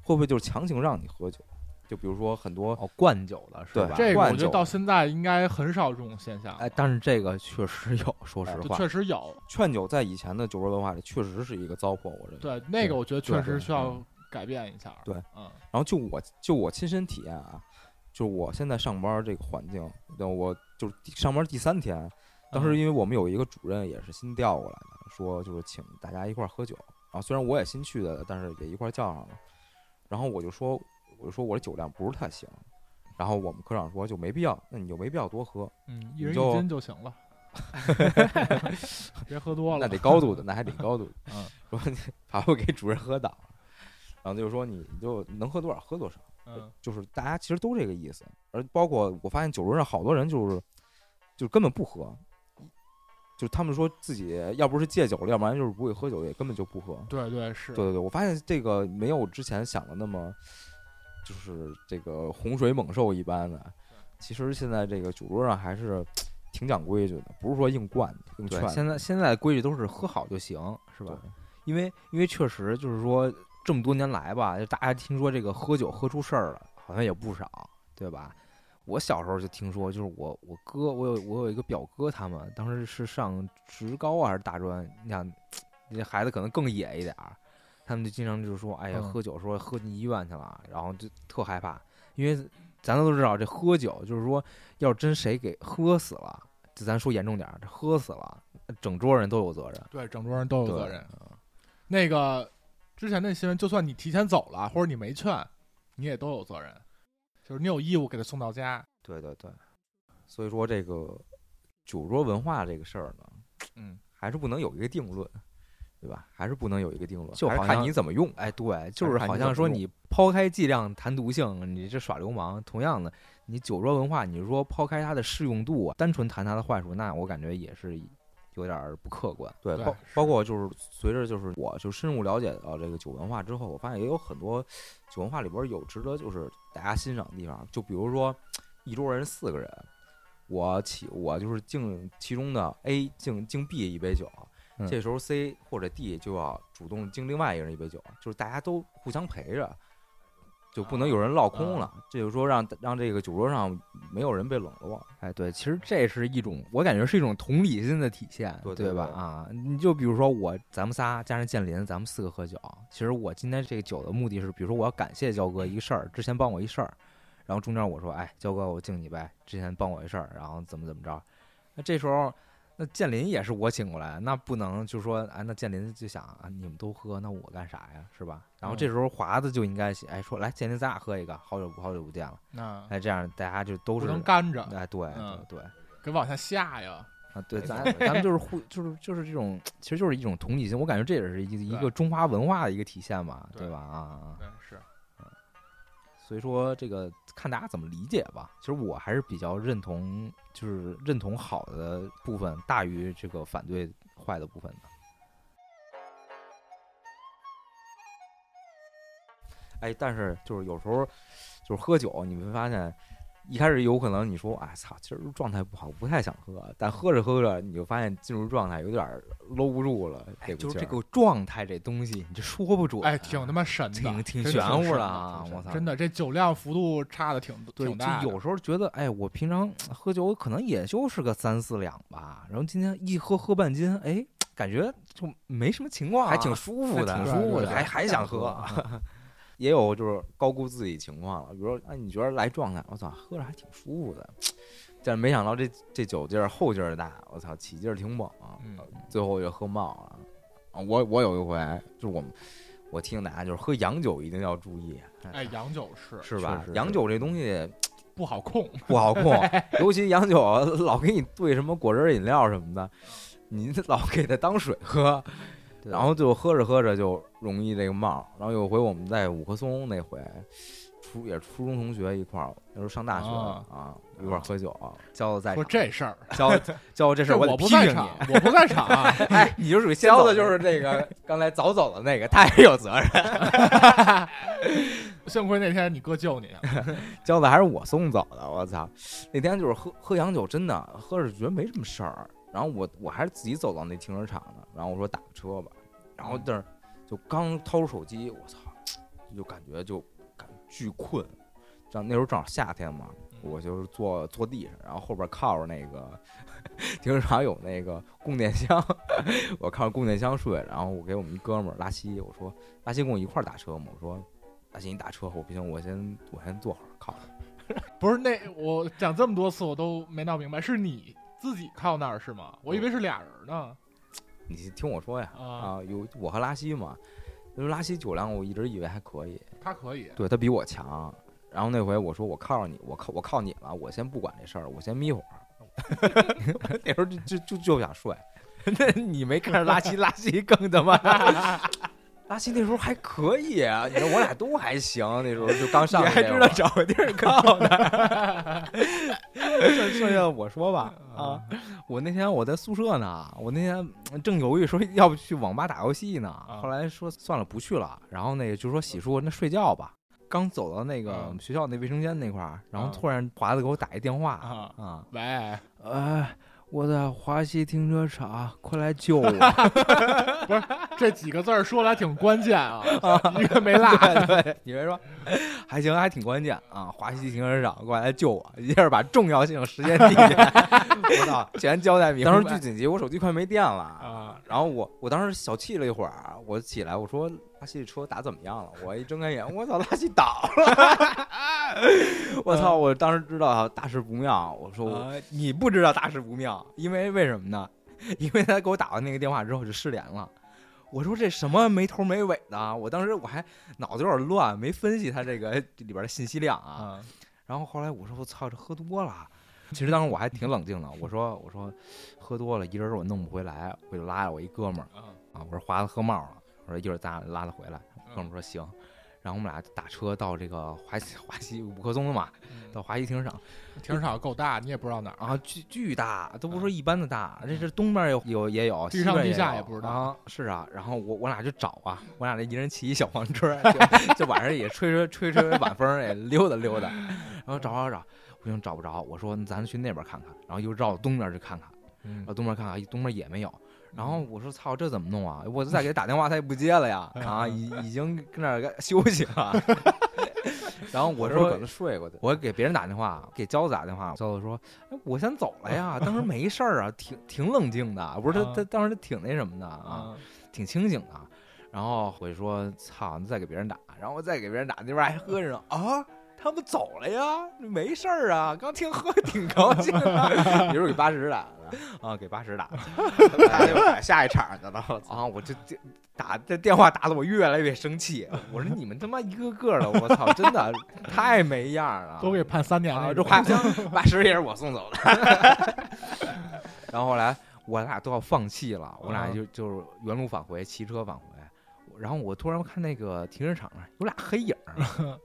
Speaker 4: 会不会就是强行让你喝酒？就比如说很多
Speaker 1: 哦，灌酒的是
Speaker 4: 对
Speaker 1: 吧？
Speaker 2: 这个我
Speaker 4: 灌
Speaker 2: 觉得
Speaker 4: 酒
Speaker 2: 到现在应该很少这种现象了。
Speaker 1: 哎，但是这个确实有，说实
Speaker 4: 哎
Speaker 2: 就
Speaker 1: 话，
Speaker 2: 确实有，
Speaker 4: 劝酒，在以前的酒桌文化里确实是一个糟粕，我认为。
Speaker 2: 对那个我觉得确
Speaker 4: 对
Speaker 2: 实
Speaker 4: 对
Speaker 2: 需要改变一下。
Speaker 4: 对
Speaker 2: 嗯，
Speaker 4: 然后就我就我亲身体验啊，就我现在上班这个环境，那我就是第上班第三天，
Speaker 2: 嗯
Speaker 4: 当时因为我们有一个主任也是新调过来的，说就是请大家一块儿喝酒啊，虽然我也新去的，但是也一块儿叫上了。然后我就说，我就说我这酒量不是太行。然后我们科长说就没必要，那你就没必要多喝，
Speaker 2: 嗯，一
Speaker 4: 你
Speaker 2: 人一
Speaker 4: 就
Speaker 2: 斤就行 了，别喝多了。
Speaker 4: 那得 高度的，那还得高度的。
Speaker 2: 嗯，
Speaker 4: 说你怕会给主任喝倒了，然后就说你你就能喝多少喝多少。
Speaker 2: 嗯，
Speaker 4: 就是大家其实都这个意思，而包括我发现酒桌上好多人就是就根本不喝，就他们说自己要不是戒酒了，要不然就是不会喝酒，也根本就不喝。
Speaker 2: 对对是
Speaker 4: 对，对对，我发现这个没有之前想的那么就是这个洪水猛兽一般的，其实现在这个酒桌上还是挺讲规矩的，不是说硬灌硬
Speaker 1: 对
Speaker 4: 劝，的。
Speaker 1: 现在现在的规矩都是喝好就行，是吧？因为因为确实就是说这么多年来吧，就大家听说这个喝酒喝出事儿了，好像也不少，对吧？我小时候就听说，就是我我哥，我有我有一个表哥，他们当时是上职高啊还是大专，你想那孩子可能更野一点儿，他们就经常就是说，哎呀，
Speaker 4: 嗯
Speaker 1: 喝酒说喝进医院去了，然后就特害怕，因为咱都知道这喝酒就是说，要真谁给喝死了，就咱说严重点儿，这喝死了，整桌人都有责任。
Speaker 2: 对，整桌人都有
Speaker 1: 对
Speaker 2: 责任。
Speaker 4: 嗯
Speaker 2: 那个之前那新闻，就算你提前走了，或者你没劝，你也都有责任，就是你有义务给他送到家。
Speaker 4: 对对对，所以说这个酒桌文化这个事儿呢，
Speaker 2: 嗯，
Speaker 4: 还是不能有一个定论，对吧？还是不能有一个定论，
Speaker 1: 就
Speaker 4: 还是
Speaker 1: 好
Speaker 4: 看
Speaker 1: 像
Speaker 4: 你怎么用。
Speaker 1: 哎，对，就是
Speaker 4: 还是看
Speaker 1: 好
Speaker 4: 你
Speaker 1: 像
Speaker 4: 怎
Speaker 1: 说
Speaker 4: 么
Speaker 1: 你抛开剂量谈毒性，你这耍流氓，同样的，你酒桌文化，你说抛开它的适用度啊，单纯谈它的坏处，那我感觉也是有点儿不客观。
Speaker 4: 对，
Speaker 2: 对
Speaker 4: 包包括就是随着就是我就深入了解到这个酒文化之后，我发现也有很多酒文化里边有值得就是大家欣赏的地方，就比如说一桌人四个人，我起我就是敬其中的 A 敬敬 B 一杯酒
Speaker 1: 嗯。
Speaker 4: 这时候 C 或者 D 就要主动敬另外一个人一杯酒，就是大家都互相陪着，就不能有人落空
Speaker 1: 啊
Speaker 4: 了。这就是说让让这个酒桌上没有人被冷落。
Speaker 1: 哎，对，其实这是一种，我感觉是一种同理心的体现，
Speaker 4: 对对
Speaker 1: 吧？
Speaker 4: 对
Speaker 1: 啊，你就比如说我，咱们仨加上建林，咱们四个喝酒。其实我今天这个酒的目的是，比如说我要感谢焦哥一个事儿，之前帮我一事儿，然后中间我说，哎，焦哥，我敬你呗，之前帮我一事儿，然后怎么怎么着。那这时候，那建林也是我请过来，那不能就说，哎，那建林就想啊，你们都喝，那我干啥呀，是吧？然后
Speaker 2: 嗯
Speaker 1: 这时候华子就应该，哎，说来，建林，咱俩喝一个，好久不好久不见了，
Speaker 2: 那
Speaker 1: 哎，这样大家就都
Speaker 2: 不
Speaker 1: 是。
Speaker 2: 能干着，
Speaker 1: 哎，对
Speaker 2: 嗯
Speaker 1: 对对，
Speaker 2: 给往下下呀。
Speaker 1: 啊，对，
Speaker 4: 没
Speaker 1: 咱
Speaker 4: 错
Speaker 1: 咱们就是互，就是就是这种，其实就是一种同理心，我感觉这也是一一
Speaker 2: 对
Speaker 1: 个中华文化的一个体现嘛，
Speaker 2: 对
Speaker 1: 对吧？啊，
Speaker 2: 对，是
Speaker 1: 所以说这个看大家怎么理解吧。其实我还是比较认同，就是认同好的部分大于这个反对坏的部分的。
Speaker 4: 哎，但是就是有时候就是喝酒，你会发现一开始有可能你说，哎操，今儿状态不好，不太想喝，但喝着喝着你就发现进入状态有点儿搂不住了，这股
Speaker 1: 哎就是
Speaker 4: 劲
Speaker 1: 这
Speaker 4: 儿
Speaker 1: 个状态这东西，你这说不准。
Speaker 2: 哎，挺他妈神的，
Speaker 1: 挺挺
Speaker 2: 真
Speaker 1: 玄乎
Speaker 2: 神
Speaker 1: 的啊
Speaker 2: 挺
Speaker 1: 我
Speaker 2: 神
Speaker 1: 操
Speaker 2: 真的这酒量幅度差的挺
Speaker 1: 对，
Speaker 2: 挺
Speaker 1: 就
Speaker 2: 大的，
Speaker 1: 有时候觉得，哎，我平常喝酒可能也就是个三四两吧，然后今天一喝喝半斤，哎，感觉就没什么情况啊、
Speaker 4: 还挺舒服的，
Speaker 1: 挺
Speaker 2: 舒服的
Speaker 4: 还还想喝。啊 也有就是高估自己情况了，比如说，哎，你觉得来状态，我操，喝着还挺舒服的，但是没想到这这酒劲儿后劲儿大，我操，起劲儿挺猛，
Speaker 2: 嗯
Speaker 4: 最后就喝冒了。啊我我有一回就是我们我提醒大家，就是喝洋酒一定要注意，啊
Speaker 2: 哎，洋酒是
Speaker 4: 是吧
Speaker 1: 是是？
Speaker 4: 洋酒这东西
Speaker 2: 不好控，
Speaker 4: 不好控，尤其洋酒老给你兑什么果汁儿饮料什么的，你老给它当水喝，
Speaker 1: 对
Speaker 4: 然后就喝着喝着就容易这个冒。然后有回我们在五棵松那回，初也是初中同学一块儿，那时候上大学
Speaker 2: 啊
Speaker 4: 啊，一块儿喝酒，
Speaker 1: 交子在
Speaker 2: 说
Speaker 1: 场
Speaker 2: 这事儿，
Speaker 1: 交交这事
Speaker 2: 这
Speaker 1: 儿，
Speaker 2: 我
Speaker 1: 得
Speaker 2: 不
Speaker 1: 批
Speaker 2: 在
Speaker 1: 评
Speaker 2: 场
Speaker 1: 你。，
Speaker 2: 我不在场啊，
Speaker 4: 哎，你就是属于先
Speaker 1: 走
Speaker 4: 的，就是那个刚才早走的那个，他也有责任。
Speaker 2: 幸亏那天你哥救 你，啊
Speaker 4: 交的还是我送走的，我操！那天就是喝喝洋酒，真的喝着觉得没什么事儿。然后我我还是自己走到那停车场的，然后我说打个车吧，然后但是就刚掏出手机，我操，就感觉就感巨困。正那时候正好夏天嘛，我就是坐坐地上，然后后边靠着那个停车场有那个供电箱， 我靠着供电箱睡。然后我给我们一哥们儿拉稀，我说拉稀跟我一块儿打车嘛，我说拉稀你打车，我不行，我先我先坐会儿靠着。
Speaker 2: 不是那我讲这么多次我都没闹明白，是你自己靠那儿是吗？我以为是俩人呢，
Speaker 4: 你听我说呀，
Speaker 2: 啊，
Speaker 4: 啊，有我和拉稀嘛，因为拉稀酒量我一直以为还可以，
Speaker 2: 他可以，
Speaker 4: 对他比我强。然后那回我说我靠着你，我靠我靠你了，我先不管这事儿，我 先眯会儿。那时候就就就就想睡，
Speaker 1: 那你没看着拉稀，拉稀更 他妈
Speaker 4: 拉稀那时候还可以啊，你说我俩都还行，那时候就刚上
Speaker 1: 你
Speaker 4: 来
Speaker 1: 还
Speaker 4: 那
Speaker 1: 知
Speaker 4: 会
Speaker 1: 道
Speaker 4: 儿
Speaker 1: 找个地儿靠的。 剩剩下我说吧啊，我那天我在宿舍呢，我那天嗯正犹豫说要不去网吧打游戏呢，
Speaker 4: 啊
Speaker 1: 后来说算了不去了，然后那个就说洗漱那睡觉吧。刚走到那个
Speaker 4: 啊
Speaker 2: 嗯
Speaker 1: 学校那卫生间那块儿，然后
Speaker 2: 嗯
Speaker 1: 突然华子给我打一电话
Speaker 2: 啊
Speaker 1: 啊，
Speaker 2: 喂，
Speaker 1: 呃，我在华西停车场，快来救我！
Speaker 2: 这几个字儿说来挺关键啊，一个没落，
Speaker 1: 对，你别说，还行，还挺关键啊！华西停车场过来救我，一下把重要性、时间、地点， 我操，全交代明白。
Speaker 4: 当时巨紧急，我手机快没电了
Speaker 2: 啊！
Speaker 4: 然后我我当时小气了一会
Speaker 1: 啊
Speaker 4: 儿，我起来我说拉稀车打怎么样了？我一睁开眼，我操，拉稀倒了！ 我操！我当时知道
Speaker 1: 啊
Speaker 4: 大事不妙，我说
Speaker 2: 嗯啊
Speaker 4: 我
Speaker 1: 呃你不知道大事不妙，因为为什么呢？ 因为他给我打完那个电话之后就失联了。我说这什么没头没尾的，啊我当时我还脑子有点乱，没分析他这个里边的信息量啊。
Speaker 2: 啊，
Speaker 1: 然后后来我说我操，这喝多了。啊其实当时我还挺冷静的，我说我说喝多了，一人我弄不回来，我就拉着我一哥们儿
Speaker 2: 啊
Speaker 1: 啊，我说华子喝冒了，我说一会儿咱俩拉他回来。哥们儿说行，然后我们俩打车到这个华西华西五棵松了嘛，到华西停车场
Speaker 2: 停车场嗯够大，你也不知道哪儿，
Speaker 1: 啊，巨巨大，都不说一般的大，这是东边有有也有，
Speaker 2: 嗯地
Speaker 1: 西
Speaker 2: 上
Speaker 1: 边
Speaker 2: 地下
Speaker 1: 有
Speaker 2: 也不知道
Speaker 1: 啊。是啊，然后我我俩就找啊，我俩这一人骑一小黄车， 就就晚上也吹吹吹吹晚风，也溜达 溜达，然后找找找，不行找不着，我说咱去那边看看，然后又绕东边去看看，
Speaker 2: 嗯
Speaker 1: 然后东边看看，哎东边也没有。然后我说操，这怎么弄啊？我再给他打电话，他也不接了呀！
Speaker 2: 哎
Speaker 1: 啊，已已经跟那儿该休息 了。然后我
Speaker 4: 我
Speaker 1: 说
Speaker 4: 可能睡过去。
Speaker 1: 我给别人打电话，给娇子打电话，娇子说：“哎，我先走了呀， 当时没事儿啊，挺挺冷静的，不是他
Speaker 2: 啊
Speaker 1: 他当时挺那什么的啊，
Speaker 2: 啊，
Speaker 1: 挺清醒的。”然后我就说：“操，你再给别人打。”然后我再给别人打，那边还喝 着呢啊。他们走了呀，没事儿啊，刚听喝挺高兴 的
Speaker 4: 一会儿给八十打的，
Speaker 1: 啊，给八十打
Speaker 4: 他就打哎下一场去了。我操！
Speaker 1: 啊，我这这打这电话打的我越来越生气，我说你们他妈一个个的，我操，真的太没样儿了，
Speaker 2: 都给判三年
Speaker 1: 啊，
Speaker 2: 了，
Speaker 1: 这花 香八十也是我送走的。 然后后来我俩都要放弃了，我俩就就是原路返回，骑车返回。然后我突然看那个停车场上有俩黑影 儿，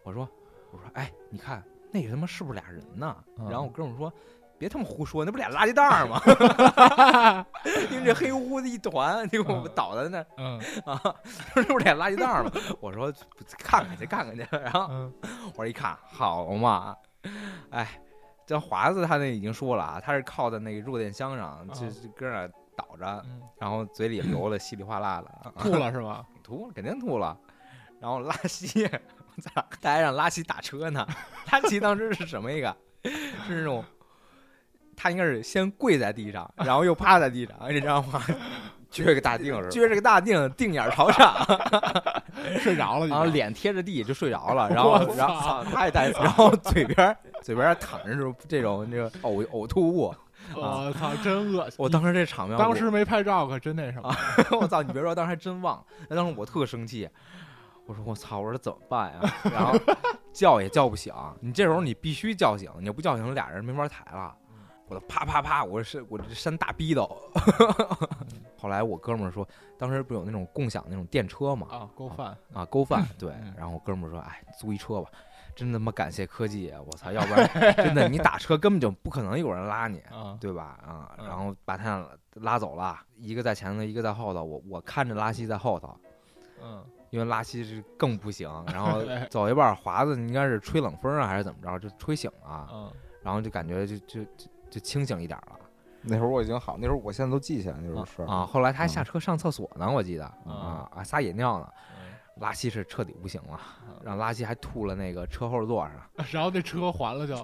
Speaker 1: 我说我说哎，你看那个他妈是不是俩人呢？然后我哥们儿说。别他妈胡说，那不俩垃圾袋儿吗？ 因为这黑乎乎的一团，结果我
Speaker 2: 嗯
Speaker 1: 倒在那儿
Speaker 2: 嗯
Speaker 1: 啊， 说这不俩垃圾袋儿吗？我说看看去，看看去。然后
Speaker 2: 嗯
Speaker 1: 我一看，好嘛，哎，
Speaker 4: 像华子他那已经说了啊，他是靠在那个弱电箱上，就
Speaker 2: 啊
Speaker 4: 就跟那儿倒着，
Speaker 2: 嗯，
Speaker 4: 然后嘴里流了稀里哗啦的，啊
Speaker 2: 吐了是吧？
Speaker 4: 吐了肯定吐了，然后拉稀， 我操，大家让拉稀打车呢， 拉稀当时是什么一个？是那种，他应该是先跪在地上，然后又趴在地上，而且这样的话
Speaker 1: 撅个大腚似的。
Speaker 4: 撅着个大腚，腚眼儿朝上，
Speaker 2: 睡着了，
Speaker 4: 然
Speaker 2: 你知
Speaker 4: 后啊脸贴着地就睡着 了，然
Speaker 2: 我
Speaker 4: 后
Speaker 2: 操
Speaker 4: 然后太太，然后嘴边儿嘴边儿躺着这种这种这个呕呕吐物，
Speaker 2: 道吗我操，真恶心！
Speaker 4: 我当时啊这场面，
Speaker 2: 当时没拍照，可真那什么。
Speaker 4: 我我操，你别说，当时还真忘，那当时我特生气，我说我操，我说怎么办呀？ 然后叫也叫不醒，你这时候你必须叫醒，你要不叫醒俩人没法抬了。我就啪啪啪，我是我这扇大逼斗。 后来我哥们儿说，当时不有那种共享那种电车嘛，
Speaker 2: 啊，够饭，
Speaker 4: 啊，勾饭对
Speaker 2: 嗯。
Speaker 4: 然后我哥们儿说：“哎，租一车吧，真他妈感谢科技，啊我操，要不 然真的你打车根本就不可能有人拉你，
Speaker 2: 啊，
Speaker 4: 对吧？啊，
Speaker 2: 嗯
Speaker 4: 然后把他俩拉走了，一个在前头，一个在后头。我我看着拉稀在后头，
Speaker 2: 嗯，
Speaker 4: 因为拉稀是更 不行。然后
Speaker 2: 对
Speaker 4: 走一半儿，华子应该是吹冷风啊，还是怎么着，就吹醒了，
Speaker 2: 嗯，
Speaker 4: 然后就感觉就就就就清醒一点儿了。”
Speaker 1: 那会儿我已经好，那会儿我现在都记起来那时候
Speaker 4: 啊
Speaker 1: 事儿。
Speaker 4: 啊！后来他还下车上厕所呢，我记得
Speaker 2: 嗯
Speaker 4: 啊啊撒野尿呢
Speaker 2: 嗯，
Speaker 4: 拉稀是彻底不行了
Speaker 2: 嗯，
Speaker 4: 让拉稀还吐了那个车后座上。
Speaker 2: 然后那车还了就，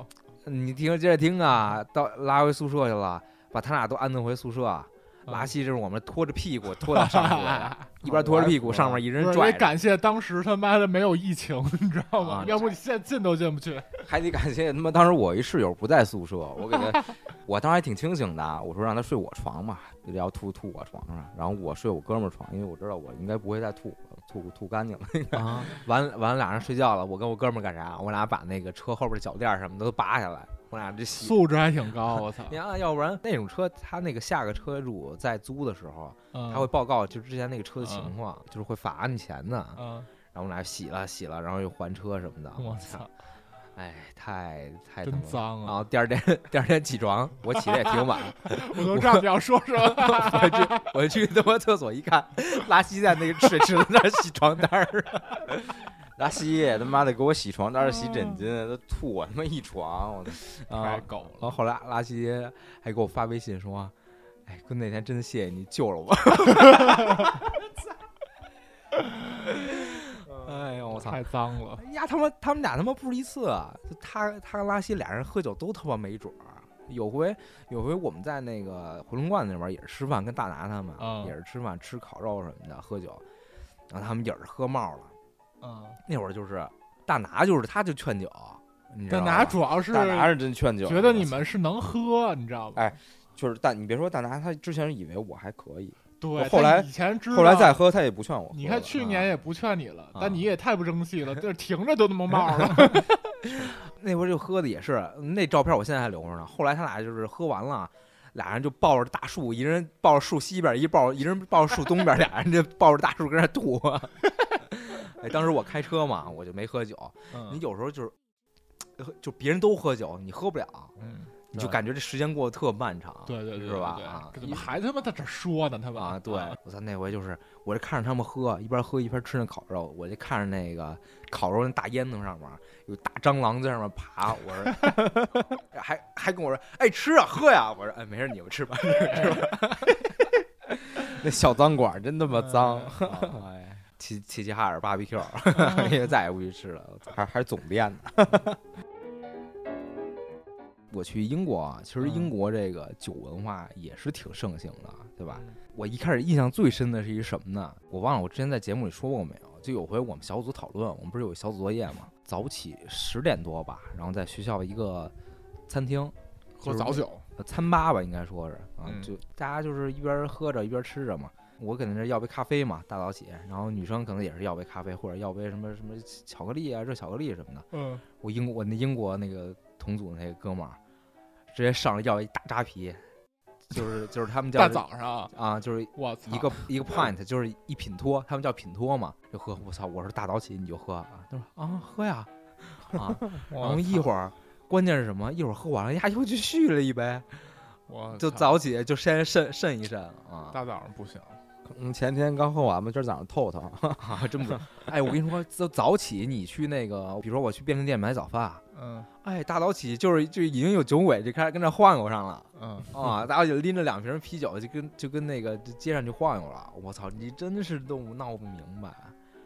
Speaker 1: 嗯
Speaker 4: 你听接着听啊，到拉回宿舍去了，把他俩都安顿回宿舍啊。
Speaker 2: 嗯
Speaker 4: 拉稀就是我们拖着屁股拖到上面来， 一边拖着屁股，上面一
Speaker 2: 不
Speaker 4: 人
Speaker 2: 是
Speaker 4: 拽
Speaker 2: 也
Speaker 4: 着，
Speaker 2: 感谢当时他妈的没有疫情，你知道吗
Speaker 4: 啊？
Speaker 2: 要不你现在进都进不去。
Speaker 5: 还得感谢他妈当时我一室友不在宿舍，我给 他，我当时还挺清醒的，我说让他睡我床嘛，就要吐吐我床上，然后我睡我哥们儿床，因为我知道我应该不会再吐，吐吐干净了。
Speaker 4: 啊， 完完俩人睡觉了，我跟我哥们儿干啥？我俩把那个车后边的脚垫儿什么的都拔下来，我俩 这洗。
Speaker 2: 素质还挺高，我操！
Speaker 4: 你看，要不然那种车，他那个下个车主在租的时候，
Speaker 2: 他
Speaker 4: 他会，报告就之前那个车的
Speaker 2: 嗯
Speaker 4: 情况，就是会罚你钱的。
Speaker 2: 嗯，
Speaker 4: 然后我们俩洗了洗了，然后又还车什么的。
Speaker 2: 我操，，
Speaker 4: 哎，太太他
Speaker 2: 真
Speaker 4: 妈了
Speaker 2: 脏
Speaker 4: 然
Speaker 2: 啊！
Speaker 4: 后第二天第二天起床，我起的也挺晚，
Speaker 2: 我都站不了说什么。
Speaker 4: 我去我去他妈厕所一看，拉稀在那个水池子那儿洗床单儿。
Speaker 5: 拉稀他妈的给我洗床单儿、洗枕巾，都吐我他妈一床，我的
Speaker 2: 嗯
Speaker 4: 啊，然
Speaker 2: 哎狗
Speaker 4: 后后来拉稀还给我发微信说：“哎，哥那天真谢谢你救了我。” 哎呦我操！
Speaker 2: 太脏了，
Speaker 4: 呀，他们他们俩他妈不是一次，啊！就他他跟拉稀俩人喝酒都他妈没准儿。有回有回我们在那个回龙观那边儿也是吃饭，跟大拿他们、
Speaker 2: 嗯
Speaker 4: 也是吃饭吃烤肉什么的，喝酒，然后他们也是喝冒了。
Speaker 2: 嗯，
Speaker 4: 那会儿就是大拿就是他就劝酒，你知
Speaker 2: 但
Speaker 4: 道
Speaker 2: 拿
Speaker 4: 吗？
Speaker 2: 主要是
Speaker 1: 大拿是真劝酒，
Speaker 2: 觉得你们是能喝，你知道吧？
Speaker 1: 哎就是大，你别说大拿，他之前以为我还可以，
Speaker 2: 对，
Speaker 1: 后来
Speaker 2: 但以前知道
Speaker 1: 后来再。喝他也不劝我喝了。啊
Speaker 2: 你看去年也不劝你了，但
Speaker 4: 嗯
Speaker 2: 你也太不争气了，这停着都那么冒了。
Speaker 4: 那会儿就喝的也是，那照片我现在还留着呢。后来他俩就是喝完了，俩人就抱着大树，一人抱着树西边，一抱一人抱着树东边， 俩人就抱着大树跟那吐。 哎，当时我开车嘛，我就没喝酒。
Speaker 2: 嗯
Speaker 4: 你有时候就是，呃就别人都喝酒，你喝不了，
Speaker 2: 嗯，
Speaker 4: 你就
Speaker 2: 对
Speaker 4: 感觉这时间过得特漫长。
Speaker 2: 对对对，
Speaker 4: 是吧
Speaker 2: 对
Speaker 4: 啊
Speaker 2: 怎么还他妈在这说呢？他们
Speaker 4: 啊，对，我操，那回就是我这看着他们喝，一边喝一边吃那烤肉，我就看着那个烤肉那大烟囱上面有大蟑螂在上面爬，我说， 还还跟我说，哎，吃啊，喝呀，我说，哎，没事，你们吃吧，你们吃 吧。
Speaker 1: 那小脏馆儿真他
Speaker 2: 嗯
Speaker 1: 妈脏，
Speaker 4: 哎，齐齐齐哈尔 BBQ，因为再也不去吃了。
Speaker 1: 还还是总店的。
Speaker 4: 我去英国啊，其实
Speaker 2: 嗯
Speaker 4: 英国这个酒文化也是挺盛行的，对吧？
Speaker 2: 嗯
Speaker 4: 我一开始印象最深的是一什么呢？我忘了我之前在节目里说过没有？就有回我们小组讨论，我们不是有小组作业吗？早起十点多吧，然后在学校一个餐厅
Speaker 2: 喝早，
Speaker 4: 就是
Speaker 2: 酒，
Speaker 4: 呃餐吧吧，应该说是啊，
Speaker 2: 嗯
Speaker 4: 就大家就是一边喝着一边吃着嘛。我肯定是要杯咖啡嘛，大早起，然后女生可能也是要杯咖啡或者要杯什么什么巧克力啊，热巧克力什么的。
Speaker 2: 嗯，
Speaker 4: 我英我那英国那个同组那个哥们儿，直接上来要一大扎啤，就是就是他们叫
Speaker 2: 大早上，
Speaker 4: 啊，就是
Speaker 2: 我操，
Speaker 4: 一个一个 pint 就是一品托，他们叫品托嘛，就喝。我操，我说大早起你就喝啊，他说啊喝呀，啊，然后一会儿关键是什么？一会儿喝完了，呀又去续了一杯，
Speaker 2: 我
Speaker 4: 就
Speaker 2: 操
Speaker 4: 早起就先渗渗一渗啊。
Speaker 2: 大早上不行，
Speaker 4: 嗯，前天刚喝完嘛，今儿早上透透。
Speaker 1: 啊， 真不是。哎，我跟你说，早早起你去那个，比如说我去便利店买早饭，
Speaker 2: 嗯
Speaker 1: 哎，大早起就是就已经有酒鬼就开始跟那晃悠上了
Speaker 2: 嗯，
Speaker 1: 啊！大早起拎着两瓶啤酒，就跟就跟那个就街上就晃悠了。我操，你真是弄闹不明白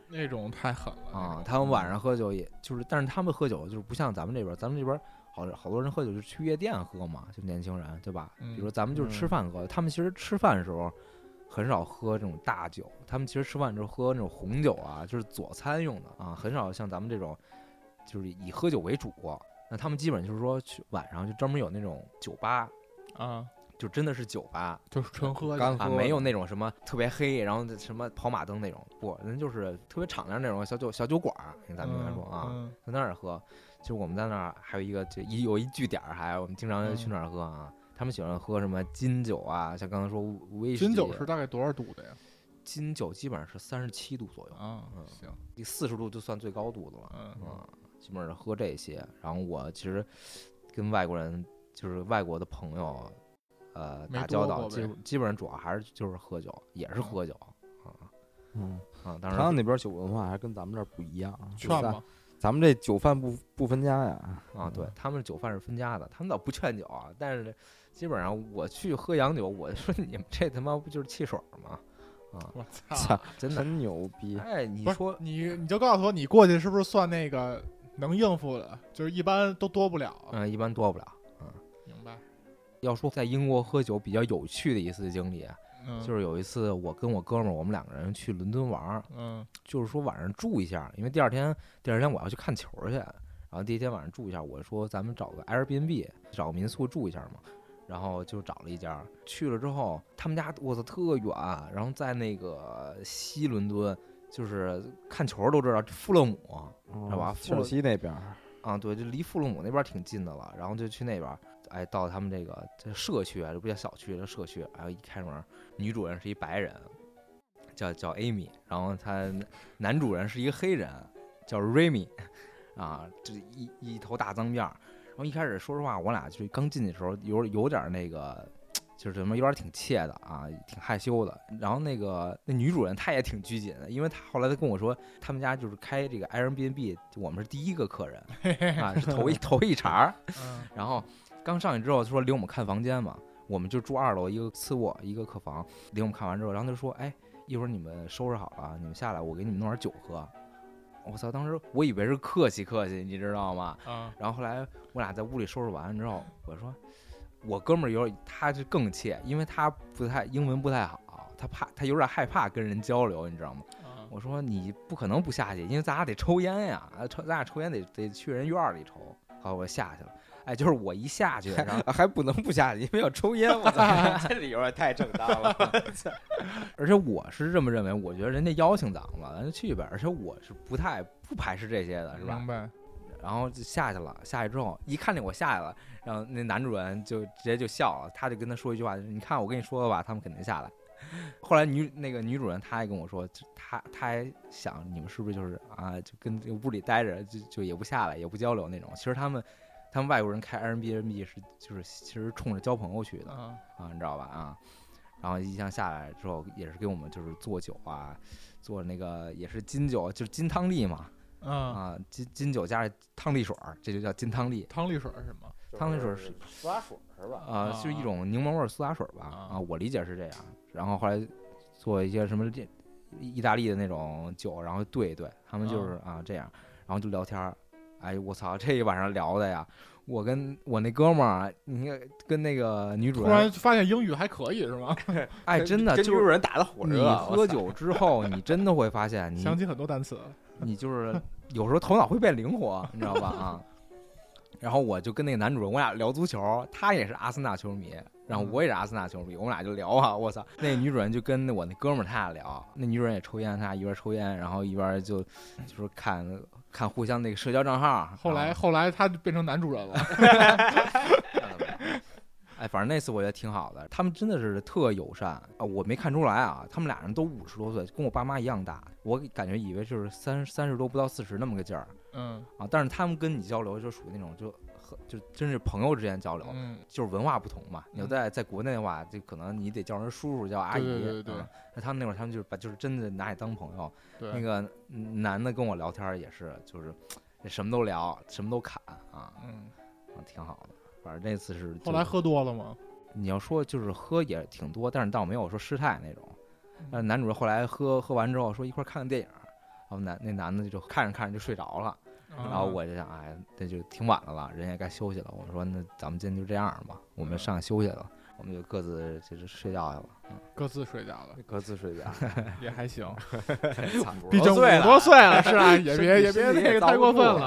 Speaker 2: 那种嗯太狠了
Speaker 1: 啊！他们晚上喝酒也就是，但是他们喝酒就是不像咱们这边，咱们这边好好多人喝酒就是去夜店喝嘛，就年轻人对吧？
Speaker 2: 嗯
Speaker 1: 比如说咱们就是吃饭喝，他们其实吃饭的时候很少喝这种大酒，他们其实吃饭的时候喝那种红酒啊，就是佐餐用的啊，很少像咱们这种就是以喝酒为主。那他们基本就是说去晚上就专门有那种酒吧，
Speaker 2: 啊，
Speaker 1: 就真的是酒吧
Speaker 2: 就是纯喝
Speaker 4: 干
Speaker 1: 啊，
Speaker 4: 喝
Speaker 1: 没有那种什么特别黑，然后什么跑马灯那种，不，人就是特别敞亮那种小酒小酒馆儿，用咱们来说啊，
Speaker 2: 嗯
Speaker 1: 在那儿喝。就我们在那儿还有一个，这一有一据点儿，还我们经
Speaker 4: 嗯
Speaker 1: 常去那儿喝啊。他们喜欢喝什么金酒啊，像刚才说威
Speaker 2: 嗯
Speaker 1: 士忌。
Speaker 2: 金酒是大概多少度的呀？
Speaker 1: 金酒基本上是三十七度左右，
Speaker 2: 啊
Speaker 1: 嗯，
Speaker 2: 行，
Speaker 1: 第四十度就算最高度的了。
Speaker 2: 嗯
Speaker 1: 啊，基本上是喝这些。然后我其实跟外国人，就是外国的朋友，呃，
Speaker 2: 没
Speaker 1: 打交
Speaker 2: 多
Speaker 1: 道
Speaker 2: 过
Speaker 1: 基
Speaker 2: 呗
Speaker 1: 本基本上主要还是就是喝酒，也是喝酒
Speaker 4: 嗯，
Speaker 1: 啊。当
Speaker 4: 他们
Speaker 1: 然
Speaker 4: 那边酒文化还跟咱们这儿不一样啊，
Speaker 2: 劝
Speaker 4: 咱
Speaker 2: 吧，
Speaker 4: 咱们这酒饭不不分家呀。
Speaker 1: 啊，对他们酒饭是分家的，他们倒不劝酒啊，但是基本上我去喝洋酒，我说你们这他妈不就是汽水儿吗？
Speaker 2: 我
Speaker 4: 操
Speaker 2: 操！
Speaker 1: 真的，
Speaker 4: 真牛逼！
Speaker 1: 哎，你
Speaker 2: 不是
Speaker 1: 说
Speaker 2: 你你就告诉我，你过去是不是算那个能应付的？就是一般都多不了。
Speaker 1: 嗯，一般多不了。
Speaker 2: 明白。
Speaker 1: 要说在英国喝酒比较有趣的一次经历，
Speaker 2: 嗯，
Speaker 1: 就是有一次我跟我哥们儿，我们两个人去伦敦玩儿，
Speaker 2: 嗯
Speaker 1: 就是说晚上住一下，因为第二天第二天我要去看球儿去，然后第一天晚上住一下，我说咱们找个 Airbnb 找个民宿住一下嘛，然后就找了一家，去了之后他们家我操特远，然后在那个西伦敦，就是看球儿都知道富勒姆，啊
Speaker 4: 知
Speaker 1: 道吧
Speaker 4: 切尔嗯西那边儿，
Speaker 1: 啊，对，就离富勒姆那边儿挺近的了，然后就去那边儿，哎，到他们这个这社区啊，这不叫小区，这社区，然后一开门，女主人是一白人，叫叫 Amy，然后她男主人是一个黑人，叫 Remy，啊，这一一头大脏辫儿，然后一开始说实话，我俩就是刚进去的时候有有点儿那个。就是什么有点儿挺怯的啊，挺害羞的。然后那个那女主人她也挺拘谨的，因为她后来她跟我说，他们家就是开这个 Airbnb，我们是第一个客人啊，是头一头一茬儿。
Speaker 2: 嗯
Speaker 1: 然后刚上去之后，他说领我们看房间嘛，我们就住二楼一个次卧一个客房，领我们看完之后，然后他就说，哎，一会儿你们收拾好了，你们下来，我给你们弄点酒喝。我操！当时我以为是客气客气，你知道吗？
Speaker 2: 啊
Speaker 1: 然后后来我俩在屋里收拾完之后，我说我哥们儿有点他就更怯，因为他不太英文不太好，他怕他有点害怕跟人交流，你知道吗？
Speaker 4: 嗯
Speaker 2: 啊
Speaker 1: 我说你不可能不下去，因为咱俩得抽烟呀，啊抽咱俩抽烟得得去人院儿里抽。好，我下去了。哎，就是我一下去，然后
Speaker 4: 啊还不能不下去，因为要抽烟。我 操，这理由也太正当了。
Speaker 1: 而且我是这么认为，我觉得人家邀请咱们了，咱就去呗。而且我是不太不排斥这些的，是吧
Speaker 2: 啊明？白。
Speaker 1: 然后就下去了，下去之后一看见我下去了，然后那男主人就直接就笑了，他就跟他说一句话，就是你看我跟你说了吧，他们肯定下来。 后来女那个女主人她还跟我说，就她她还想你们是不是就是啊，就跟这个屋里待着，就就也不下来，也不交流那种。其实他们他们外国人开 Airbnb 是就是其实冲着交朋友去的
Speaker 2: 啊
Speaker 1: 啊，你知道吧啊？然后一向下来之后，也是给我们就是做酒啊，做那个也是金酒，就是金汤力嘛，
Speaker 2: 啊，
Speaker 1: 啊，金金酒加上汤力水儿，这就叫金汤力。
Speaker 2: 汤力水是吗？
Speaker 1: 汤力水是
Speaker 4: 苏打水是吧？
Speaker 1: 呃，就是一种柠檬味儿苏打水儿吧，
Speaker 2: 啊
Speaker 1: 啊，我理解是这样。然后后来做一些什么这意大利的那种酒，然后兑一兑，他们就是啊这样，然后就聊天儿。哎，我操，这一晚上聊的呀，我跟我那哥们儿，你看跟那个女主
Speaker 2: 突
Speaker 1: 人
Speaker 2: 然，发现英语还可以是吗？
Speaker 1: 哎，真的就是
Speaker 4: 人打的火啊
Speaker 1: 你
Speaker 2: 啊
Speaker 1: 喝酒之后，你真的会发现 你
Speaker 2: 想起很多单词。
Speaker 1: 你就是有时候头脑会变灵活，你知道吧？啊， 然后我就跟那个男主人，我俩聊足球，他也是阿森纳球迷，然后我也是阿森纳球迷，我们俩就聊啊，我操！那女主人就跟我那哥们儿他俩聊，那女主人也抽烟，他俩一边抽烟，然后一边就就是看看互相那个社交账号。
Speaker 2: 后来
Speaker 1: 啊，
Speaker 2: 后来他就变成男主 人了。
Speaker 1: 哎，反正那次我觉得挺好的，他们真的是特友善啊，我没看出来啊，他们俩人都五十多岁，跟我爸妈一样大，我感觉以为就是三三十多不到四十那么个劲儿。
Speaker 2: 嗯
Speaker 1: 啊，但是他们跟你交流就属于那种就和就真是朋友之间交流，
Speaker 2: 嗯，
Speaker 1: 就是文化不同嘛。你要
Speaker 2: 嗯
Speaker 1: 在在国内的话，就可能你得叫人叔叔叫阿姨，
Speaker 2: 对对对对
Speaker 1: 嗯那他们那会儿他们就是把就是真的拿你当朋友。
Speaker 2: 对，
Speaker 1: 那个嗯男的跟我聊天儿也是，就是什么都聊，什么都砍啊，
Speaker 2: 嗯，
Speaker 1: 啊挺好的。反正那次是
Speaker 2: 后来
Speaker 1: 就
Speaker 2: 喝多了吗？
Speaker 1: 你要说就是喝也挺多，但是倒没有说失态那种。
Speaker 2: 嗯
Speaker 1: 但是男主后来喝喝完之后说一块儿看个电影儿，然后男那男的就看着看着就睡着了，
Speaker 2: 然
Speaker 1: 然后我就想哎那就挺晚的了，人也该休息了。我说那咱们今天就这样吧，我们
Speaker 2: 嗯
Speaker 1: 上去休息了，我们就各自就是睡觉去了。
Speaker 2: 各自睡觉了，
Speaker 4: 各自睡觉，
Speaker 1: 啊哎
Speaker 2: 也还行。毕
Speaker 4: 毕
Speaker 2: 竟
Speaker 4: 竟
Speaker 2: 五十多岁了，是啊，也别也别
Speaker 4: 身体
Speaker 2: 那
Speaker 4: 也
Speaker 2: 个
Speaker 4: 遭
Speaker 2: 太过
Speaker 4: 不
Speaker 2: 分
Speaker 4: 住
Speaker 2: 了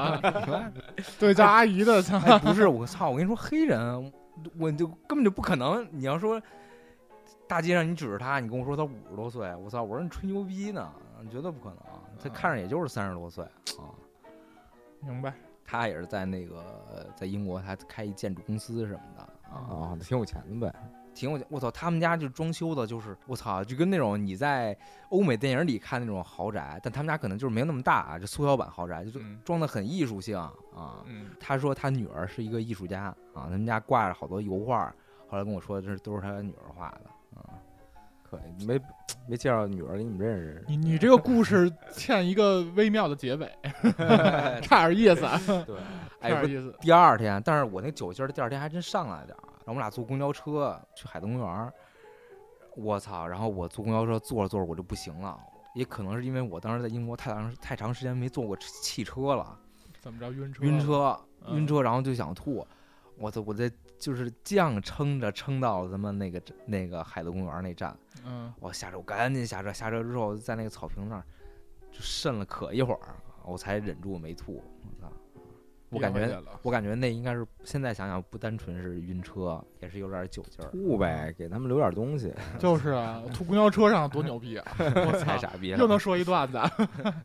Speaker 2: 啊。 对，叫阿姨的， 操
Speaker 1: 哎，不是，我操！我跟你说，黑人，我就根本就不可能。你要说大街上你指着他，你跟我说他五十多岁，我操！我说你吹牛逼呢，绝对不可能。他看着也就是三十多岁啊。
Speaker 2: 明白？
Speaker 1: 他也是在那个在英国，他开一建筑公司什么的啊，
Speaker 4: 啊，挺有钱的呗。
Speaker 1: 挺有钱。我操，他们家就装修的，就是我操，就跟那种你在欧美电影里看那种豪宅，但他们家可能就是没有那么大啊，就缩小版豪宅，就
Speaker 2: 嗯
Speaker 1: 装的很艺术性啊。
Speaker 2: 嗯，
Speaker 1: 他说他女儿是一个艺术家啊，他们家挂着好多油画，后来跟我说这都是他女儿画的。
Speaker 4: 可以，没没介绍女儿给你们认识。
Speaker 2: 你你这个故事欠一个微妙的结尾，差点意思，啊，
Speaker 1: 对，哎，
Speaker 2: 差
Speaker 1: 不是
Speaker 2: 点意思。
Speaker 1: 第二天，但是我那酒劲儿第二天还真上来了点儿，然后我们俩坐公交车去海东公园儿，我操！然后我坐公交车坐着坐着我就不行了，也可能是因为我当时在英国太长太长时间没坐过汽车了，
Speaker 2: 怎么着晕车？
Speaker 1: 晕车
Speaker 2: 嗯
Speaker 1: 晕车，然后就想吐，我操！我在就是犟撑着撑到咱们那个那个海德公园儿那站。
Speaker 2: 嗯，
Speaker 1: 我下车，我赶紧下车。下车之后，在那个草坪那儿就渗了渴一会儿，我才忍住没吐。我操！我感
Speaker 2: 了解
Speaker 1: 觉，
Speaker 2: 了
Speaker 1: 我感觉那应该是现在想想不单纯是晕车，也是有点酒 劲儿，
Speaker 4: 吐呗，给他们留点东西。
Speaker 2: 就是啊，吐公交车上多牛逼啊！我操
Speaker 1: 太，傻逼了。
Speaker 2: 又能说一段子。啊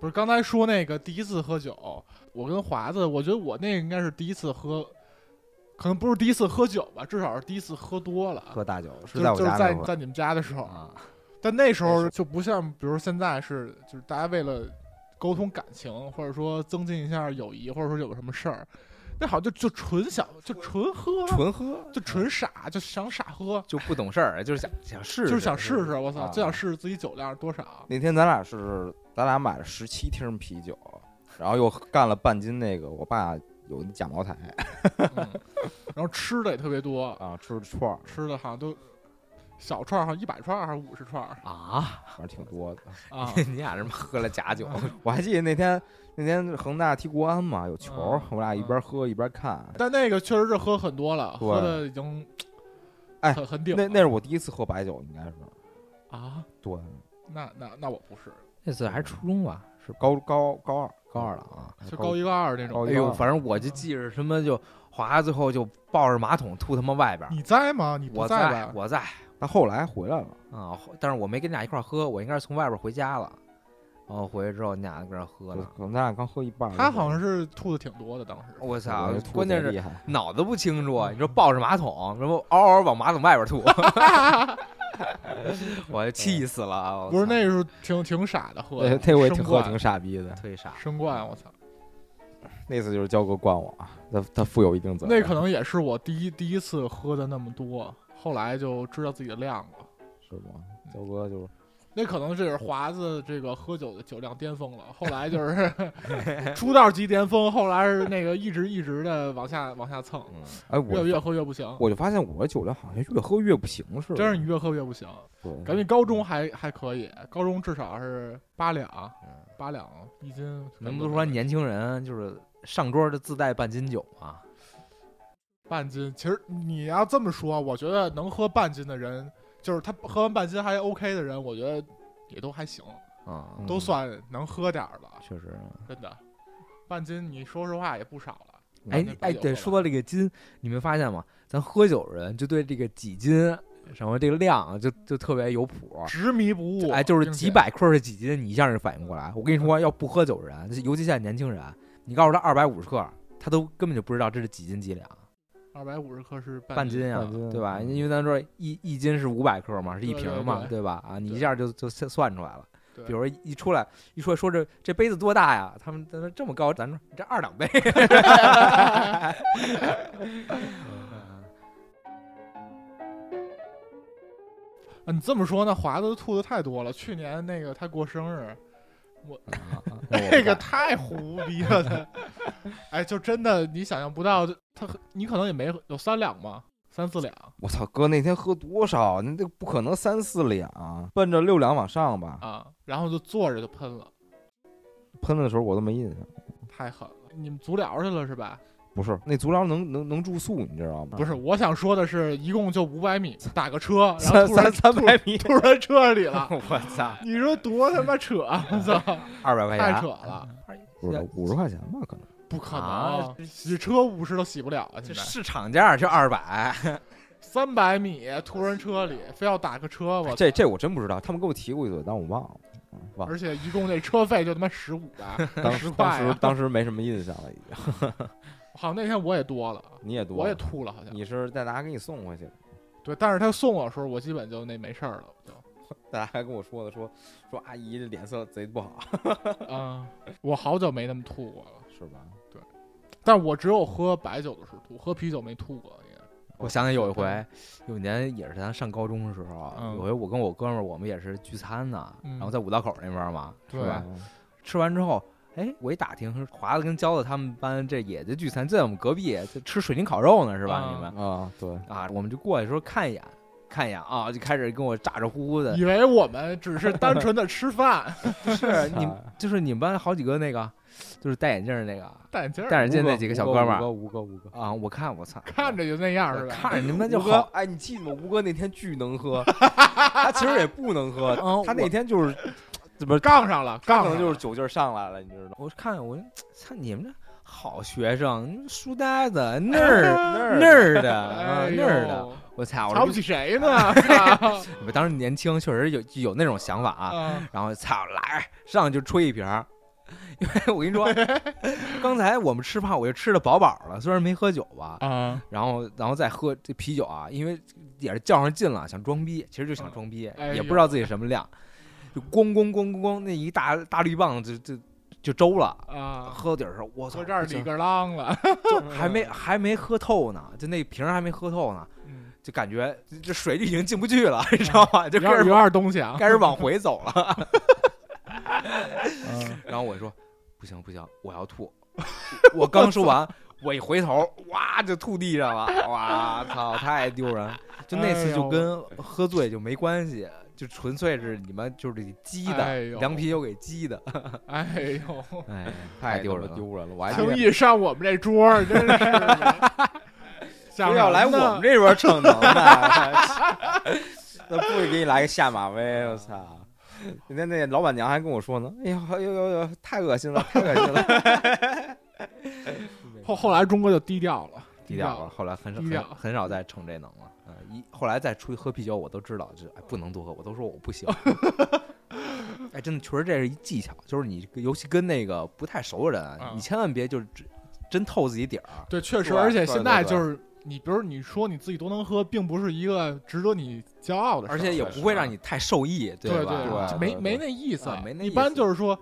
Speaker 2: 不是刚才说那个第一次喝酒，我跟华子，我觉得我那个应该是第一次喝，可能不是第一次喝酒吧，至少是第一次喝多了。
Speaker 4: 喝大酒
Speaker 2: 就是
Speaker 4: 在我
Speaker 2: 就是
Speaker 4: 家
Speaker 2: 在
Speaker 4: 那会儿，
Speaker 2: 在你们家的时候，
Speaker 1: 啊，
Speaker 2: 但那时候就不像，比如现在是，就是大家为了沟通感情，或者说增进一下友谊，或者说有什么事儿，那好像就就纯想就纯喝，
Speaker 1: 纯喝
Speaker 2: 就
Speaker 4: 嗯
Speaker 2: 纯傻，就想傻喝，
Speaker 1: 就不懂事儿，就是想想试
Speaker 2: 就
Speaker 1: 试，
Speaker 2: 是想试试，我操，
Speaker 4: 啊
Speaker 2: 就想试试自己酒量多少。
Speaker 4: 那天咱俩是咱俩买了十七听啤酒，然后又干了半斤那个。我爸有假茅台
Speaker 2: 嗯，然后吃的也特别多，
Speaker 4: 啊，吃的串儿，
Speaker 2: 吃的好像都小串儿，好像一百串儿还是五十串 儿
Speaker 1: 啊！
Speaker 4: 反正挺多的。
Speaker 2: 啊
Speaker 1: 你俩是不是喝了假酒，
Speaker 4: 我还记得那天那天恒大踢国安嘛，有球儿
Speaker 2: 嗯，
Speaker 4: 我俩一边喝一边看。
Speaker 2: 但那个确实是喝很多了，
Speaker 4: 对
Speaker 2: 喝的已经，
Speaker 4: 哎
Speaker 2: 很很顶了。
Speaker 4: 那那是我第一次喝白酒，应该是
Speaker 2: 啊，
Speaker 4: 对，
Speaker 2: 那那那我不是，
Speaker 1: 那次还是初中吧，
Speaker 4: 是高高高二
Speaker 1: 高二了啊。
Speaker 2: 就高一高二那种
Speaker 4: 高
Speaker 1: 哎
Speaker 4: 一。
Speaker 1: 呦，反正我就记着什么就华，最后就抱着马桶吐他妈外边儿。
Speaker 2: 你在吗？你不
Speaker 1: 我
Speaker 2: 吧？
Speaker 1: 我在，
Speaker 4: 他后来回来了，
Speaker 1: 啊，后但是我没跟你俩一块儿喝，我应该是从外边儿回家了，然后回去之后你俩搁那儿喝
Speaker 4: 就
Speaker 1: 呢。
Speaker 4: 可能咱俩刚喝一半儿。
Speaker 2: 他好像是吐的挺多的，当时。
Speaker 1: 我操
Speaker 4: 我这吐，得
Speaker 1: 关键
Speaker 4: 贼
Speaker 1: 是
Speaker 4: 厉害，
Speaker 1: 脑子不清楚，啊你说
Speaker 2: 嗯
Speaker 1: 抱着马桶，然后嗷嗷往马桶外边儿 吐，我气死了。啊我
Speaker 2: 嗯不是
Speaker 1: 操
Speaker 2: 那时候挺挺傻的喝
Speaker 4: 那
Speaker 2: 的，
Speaker 4: 那我也挺
Speaker 2: 生
Speaker 4: 喝
Speaker 2: 灌
Speaker 4: 挺傻逼的。
Speaker 1: 忒傻，
Speaker 2: 生灌，我操！
Speaker 4: 那次就是焦哥灌我，啊他他负有一定责任。
Speaker 2: 那
Speaker 1: 啊
Speaker 2: 可能也是我第一第一次喝的那么多，后来就知道自己的量了。
Speaker 4: 是吗？焦哥就是
Speaker 2: 那可能这是华子这个喝酒的酒量巅峰了，后来就是 出道即巅峰，后来是那个一直一直的往下往下蹭，
Speaker 1: 嗯，
Speaker 4: 哎，
Speaker 2: 越
Speaker 4: 我
Speaker 2: 越喝越不行。
Speaker 4: 我就发现我酒量好像越喝越不行似的。
Speaker 2: 真是你越喝越不行，
Speaker 1: 嗯
Speaker 4: 对
Speaker 2: 感觉高中还还可以，高中至少是八两
Speaker 1: 嗯，
Speaker 2: 八两一斤。
Speaker 1: 能不能说年轻人就是上桌就自带半斤酒啊？
Speaker 2: 半斤，其实你要这么说，我觉得能喝半斤的人，就是他喝完半斤还 OK 的人，我觉得也都还行，
Speaker 1: 啊，
Speaker 4: 嗯
Speaker 2: 都算能喝点儿了，
Speaker 1: 确实。
Speaker 2: 真的。半斤，你说实话也不少了。
Speaker 1: 哎
Speaker 2: 那白
Speaker 1: 哎，
Speaker 2: 酒
Speaker 1: 对，
Speaker 2: 了
Speaker 1: 说到这个斤，你们发现吗？咱喝酒人就对这个几斤，什么这个量啊就就特别有谱。
Speaker 2: 执迷不悟，
Speaker 1: 啊哎，就是
Speaker 2: 并且
Speaker 1: 几百克是几斤，你一下就反应过来。我跟你说，要不喝酒的人，尤其现在年轻人，你告诉他二百五十克，他都根本就不知道这是几斤几两，
Speaker 2: 二百五十克是啊
Speaker 1: 半斤啊呀
Speaker 4: 半，斤
Speaker 1: 对吧？
Speaker 4: 嗯
Speaker 1: 因为咱说一一斤是五百克嘛，是一
Speaker 2: 对
Speaker 1: 瓶
Speaker 2: 对
Speaker 1: 嘛，
Speaker 2: 对
Speaker 1: 对吧？啊，你一
Speaker 2: 对
Speaker 1: 下就就算算出来了。
Speaker 2: 对
Speaker 1: 比如说一出来一出来说这这杯子多大呀？他们他说这么高，咱说这二两杯。
Speaker 2: 啊，你这么说，那华子吐的太多了。去年那个他过生日，
Speaker 4: 嗯
Speaker 2: 这
Speaker 3: 这
Speaker 2: 个太胡逼了。他， 哎，就真的你想象不到，他你可能也没有三两吗？三四两，
Speaker 4: 我操，哥那天喝多少？啊那那不可能三四两，啊奔着六两往上吧。
Speaker 2: 啊，然后就坐着就喷了，
Speaker 4: 喷的时候我都没印象。
Speaker 2: 太狠了。你们足疗去了是吧？
Speaker 4: 不是，那足疗能能能住宿，你知道吗？
Speaker 2: 不是，我想说的是，一共就五百米，打个 车，然后
Speaker 4: 嗯三
Speaker 2: 突然
Speaker 4: 三三百米，
Speaker 2: 突然车里 了，
Speaker 1: 我操，
Speaker 2: 你说多他妈扯啊！我操，
Speaker 1: 二百块钱
Speaker 4: 哎
Speaker 1: 哎
Speaker 2: 太扯了，
Speaker 4: 不是五十块钱吧？可能
Speaker 2: 不可
Speaker 1: 啊
Speaker 2: 能，洗车五十都洗不了啊！
Speaker 1: 这
Speaker 4: 哎
Speaker 2: 现在
Speaker 1: 市场价就二百，
Speaker 2: 哦三百米突然车里，非要打个车，我
Speaker 4: 哎这这我真不知道，他们给我提过一嘴，但我忘 了，嗯忘了。
Speaker 2: 而且一共那车费就他妈十五啊 吧，
Speaker 4: 当
Speaker 2: 十
Speaker 4: 时
Speaker 2: 块
Speaker 4: 当时
Speaker 2: 啊！
Speaker 4: 当时没什么印象了，已经。
Speaker 2: 好像那天我也多了，
Speaker 4: 你也多，
Speaker 2: 我也吐了，好像
Speaker 4: 你是带大家给你送回去的，
Speaker 2: 对，但是他送我的时候，我基本就那没事儿了，我就
Speaker 4: 大家还跟我说的，说说阿姨这脸色贼不好，
Speaker 2: 嗯，我好久没那么吐过了，
Speaker 4: 是吧？
Speaker 2: 但我只有喝白酒的时候吐，喝啤酒没吐过，应该
Speaker 1: 我想起有一回，有一年也是咱上高中的时候，
Speaker 2: 嗯
Speaker 1: 有回我跟我哥们儿，我们也是聚餐呢，
Speaker 2: 嗯
Speaker 1: 然后在五道口那边儿嘛，
Speaker 2: 对
Speaker 1: 是
Speaker 4: 啊
Speaker 1: 吧？吃完之后，哎，我一打听，说华子跟娇子他们班这也在聚餐，就在我们隔壁，就吃水晶烤肉呢，是吧？
Speaker 2: 啊
Speaker 1: 你们
Speaker 4: 啊，对，
Speaker 1: 啊，我们就过去说看一眼，看一眼啊，就开始跟我咋咋呼呼的，
Speaker 2: 以为我们只是单纯的吃饭，
Speaker 4: 哎
Speaker 1: 是你们就是你们班好几个那个，就是戴眼镜儿那个
Speaker 2: 戴眼镜儿
Speaker 1: 戴眼镜那几个小哥们儿
Speaker 4: 吴哥，吴哥，
Speaker 1: 啊，我看我操，
Speaker 2: 看着就那样儿是吧？
Speaker 1: 看着你们就
Speaker 4: 吴哥
Speaker 1: 好，，
Speaker 4: 哎，你记得吗？吴哥那天巨能 喝，他其实也不能喝，
Speaker 1: 嗯
Speaker 4: 他那天就是
Speaker 2: 怎么杠上了？杠
Speaker 4: 哦可
Speaker 2: 上
Speaker 4: 能
Speaker 2: 了
Speaker 4: 就是酒劲儿上来了，你知道吗？
Speaker 1: 我看我操你们这好学生，书呆 子那儿。那儿的，啊
Speaker 2: 哎
Speaker 1: 那
Speaker 2: 呦
Speaker 1: 儿的，我操！我
Speaker 2: 瞧不起谁呢？啊
Speaker 1: 我当时年轻，确实有有那种想法啊，
Speaker 2: 啊
Speaker 1: 然后操来上去就吹一瓶儿，因为我跟你 说，刚才我们吃饭我就吃的饱饱了，虽然没喝酒吧，
Speaker 2: 啊！
Speaker 1: 然后然后再喝这啤酒啊，因为也是较上劲了，想装逼，其实就想装逼，
Speaker 2: 哎
Speaker 1: 也
Speaker 2: 呦
Speaker 1: 不知道自己什么量，就咣咣咣咣咣那一大大绿棒子就就就周了。喝底儿时候，我操，
Speaker 2: 啊我这儿嗯里
Speaker 1: 就
Speaker 2: 个浪了，
Speaker 1: 就还没还没喝透呢，就那瓶儿还没喝透呢，
Speaker 2: 嗯
Speaker 1: 就感觉这水就已经进不去 了，你知道吗？就
Speaker 2: 有
Speaker 1: 开
Speaker 2: 点
Speaker 1: 始
Speaker 2: 有点东 西啊！
Speaker 1: 开始往回走了。
Speaker 2: 嗯
Speaker 1: 然后我说不行不行，我要 吐。我刚说完，我一回头，哇就吐地上了，哇操，太丢人！就那次就跟喝醉就没关系，就纯粹是你们就是给激
Speaker 2: 哎
Speaker 1: 的，
Speaker 2: 呦
Speaker 1: 凉啤酒给激的，
Speaker 2: 哎呦，
Speaker 1: 哎，
Speaker 4: 太
Speaker 1: 太丢人
Speaker 4: 他妈
Speaker 1: 了。
Speaker 4: 丢人了，我还
Speaker 2: 轻易上我们这桌儿，真是的。想
Speaker 4: 不要来我们这边逞能的，那不会给你来个下马威，我操！那天那老板娘还跟我说呢，哎呦哎呦呦呦，太恶心了，太恶心 了。
Speaker 2: 后后来中国就低调了，
Speaker 1: 低调了，后来很少
Speaker 2: 低调
Speaker 1: 很很少再逞这能了。嗯，一后来再出去喝啤酒，我都知道，就是哎不能多喝，我都说我不行。 哎，真的，确实这是一技巧，就是你尤其跟那个不太熟的人，啊
Speaker 2: 嗯
Speaker 1: 你千万别就是真真透自己底儿。啊
Speaker 2: 对，确实，
Speaker 4: 对
Speaker 2: 而且现在
Speaker 4: 对对对
Speaker 2: 就是你，比如你说你自己都能喝，并不是一个值得你骄傲的事儿，
Speaker 1: 而且也不会让你太受益，
Speaker 2: 啊对
Speaker 1: 吧？
Speaker 4: 对
Speaker 2: 就
Speaker 4: 对
Speaker 2: 没
Speaker 4: 对
Speaker 2: 没那意思
Speaker 1: 啊，没那
Speaker 2: 一
Speaker 1: 意思
Speaker 2: 般就是说，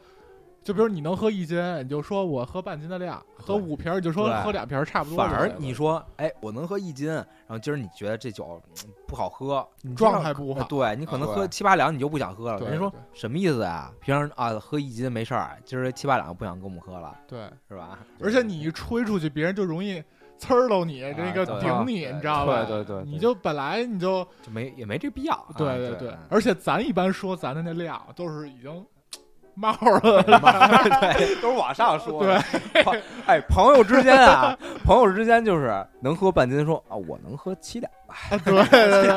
Speaker 2: 就比如你能喝一斤，你就说我喝半斤的量，
Speaker 1: 对
Speaker 2: 喝五瓶儿你就说
Speaker 1: 对
Speaker 2: 喝两瓶儿差不多就
Speaker 1: 反
Speaker 2: 行了。
Speaker 1: 而你说，哎，我能喝一斤，然后今儿你觉得这酒嗯不好喝，你知道
Speaker 2: 状态不好
Speaker 1: 哎对你可能
Speaker 4: 啊
Speaker 1: 喝
Speaker 4: 对
Speaker 1: 七八两你就不想喝了。
Speaker 2: 对
Speaker 1: 人家说
Speaker 2: 对
Speaker 1: 什么意思啊？平常啊喝一斤没事儿，今儿七八两不想跟我们喝了，
Speaker 2: 对，
Speaker 1: 是吧？
Speaker 2: 而且你一吹出去，别人就容易呲儿喽你，这个
Speaker 1: 哎对啊
Speaker 2: 顶你，
Speaker 1: 对
Speaker 2: 你知道吧？
Speaker 4: 对对对对
Speaker 2: 你就本来你就
Speaker 1: 就没也没这必要啊。
Speaker 2: 对
Speaker 1: 对
Speaker 2: 对
Speaker 1: 嗯，
Speaker 2: 而且咱一般说咱的那量都是已经冒了，
Speaker 4: 对，都是往上说。
Speaker 2: 对，
Speaker 4: 哎，朋友之间啊，朋友之间就是能喝半斤，说啊，我能喝七两。
Speaker 2: 对 对对，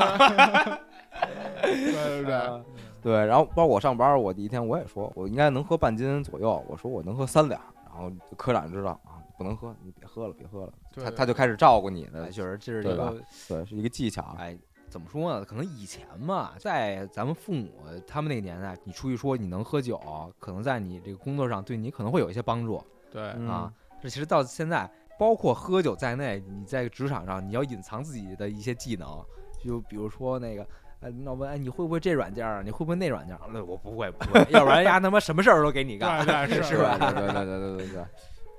Speaker 2: 对
Speaker 1: 啊
Speaker 2: 对对，
Speaker 4: 啊对，嗯然后包括我上班，我第一天我也说，我应该能喝半斤左右，我说我能喝三两，然后科长就知道啊，不能喝，你别喝了，别喝了，
Speaker 2: 对
Speaker 4: 他他就开始照顾你了
Speaker 1: 哎，，确实这是一
Speaker 4: 对吧
Speaker 1: 个
Speaker 4: 对，是一个技巧。
Speaker 1: 哎，怎么说呢？可能以前嘛，在咱们父母他们那个年代，你出去说你能喝酒，可能在你这个工作上对你可能会有一些帮助
Speaker 2: 对
Speaker 4: 嗯
Speaker 1: 啊。这其实到现在，包括喝酒在内，你在职场上你要隐藏自己的一些技能，就比如说那个。呃，那我问哎，你会不会这软件啊？你会不会那软件儿？那我不会，不 会，要不然丫他妈什么事儿都给你干。
Speaker 2: 对对
Speaker 1: 是
Speaker 2: 是
Speaker 1: 吧
Speaker 4: 对对对对对对，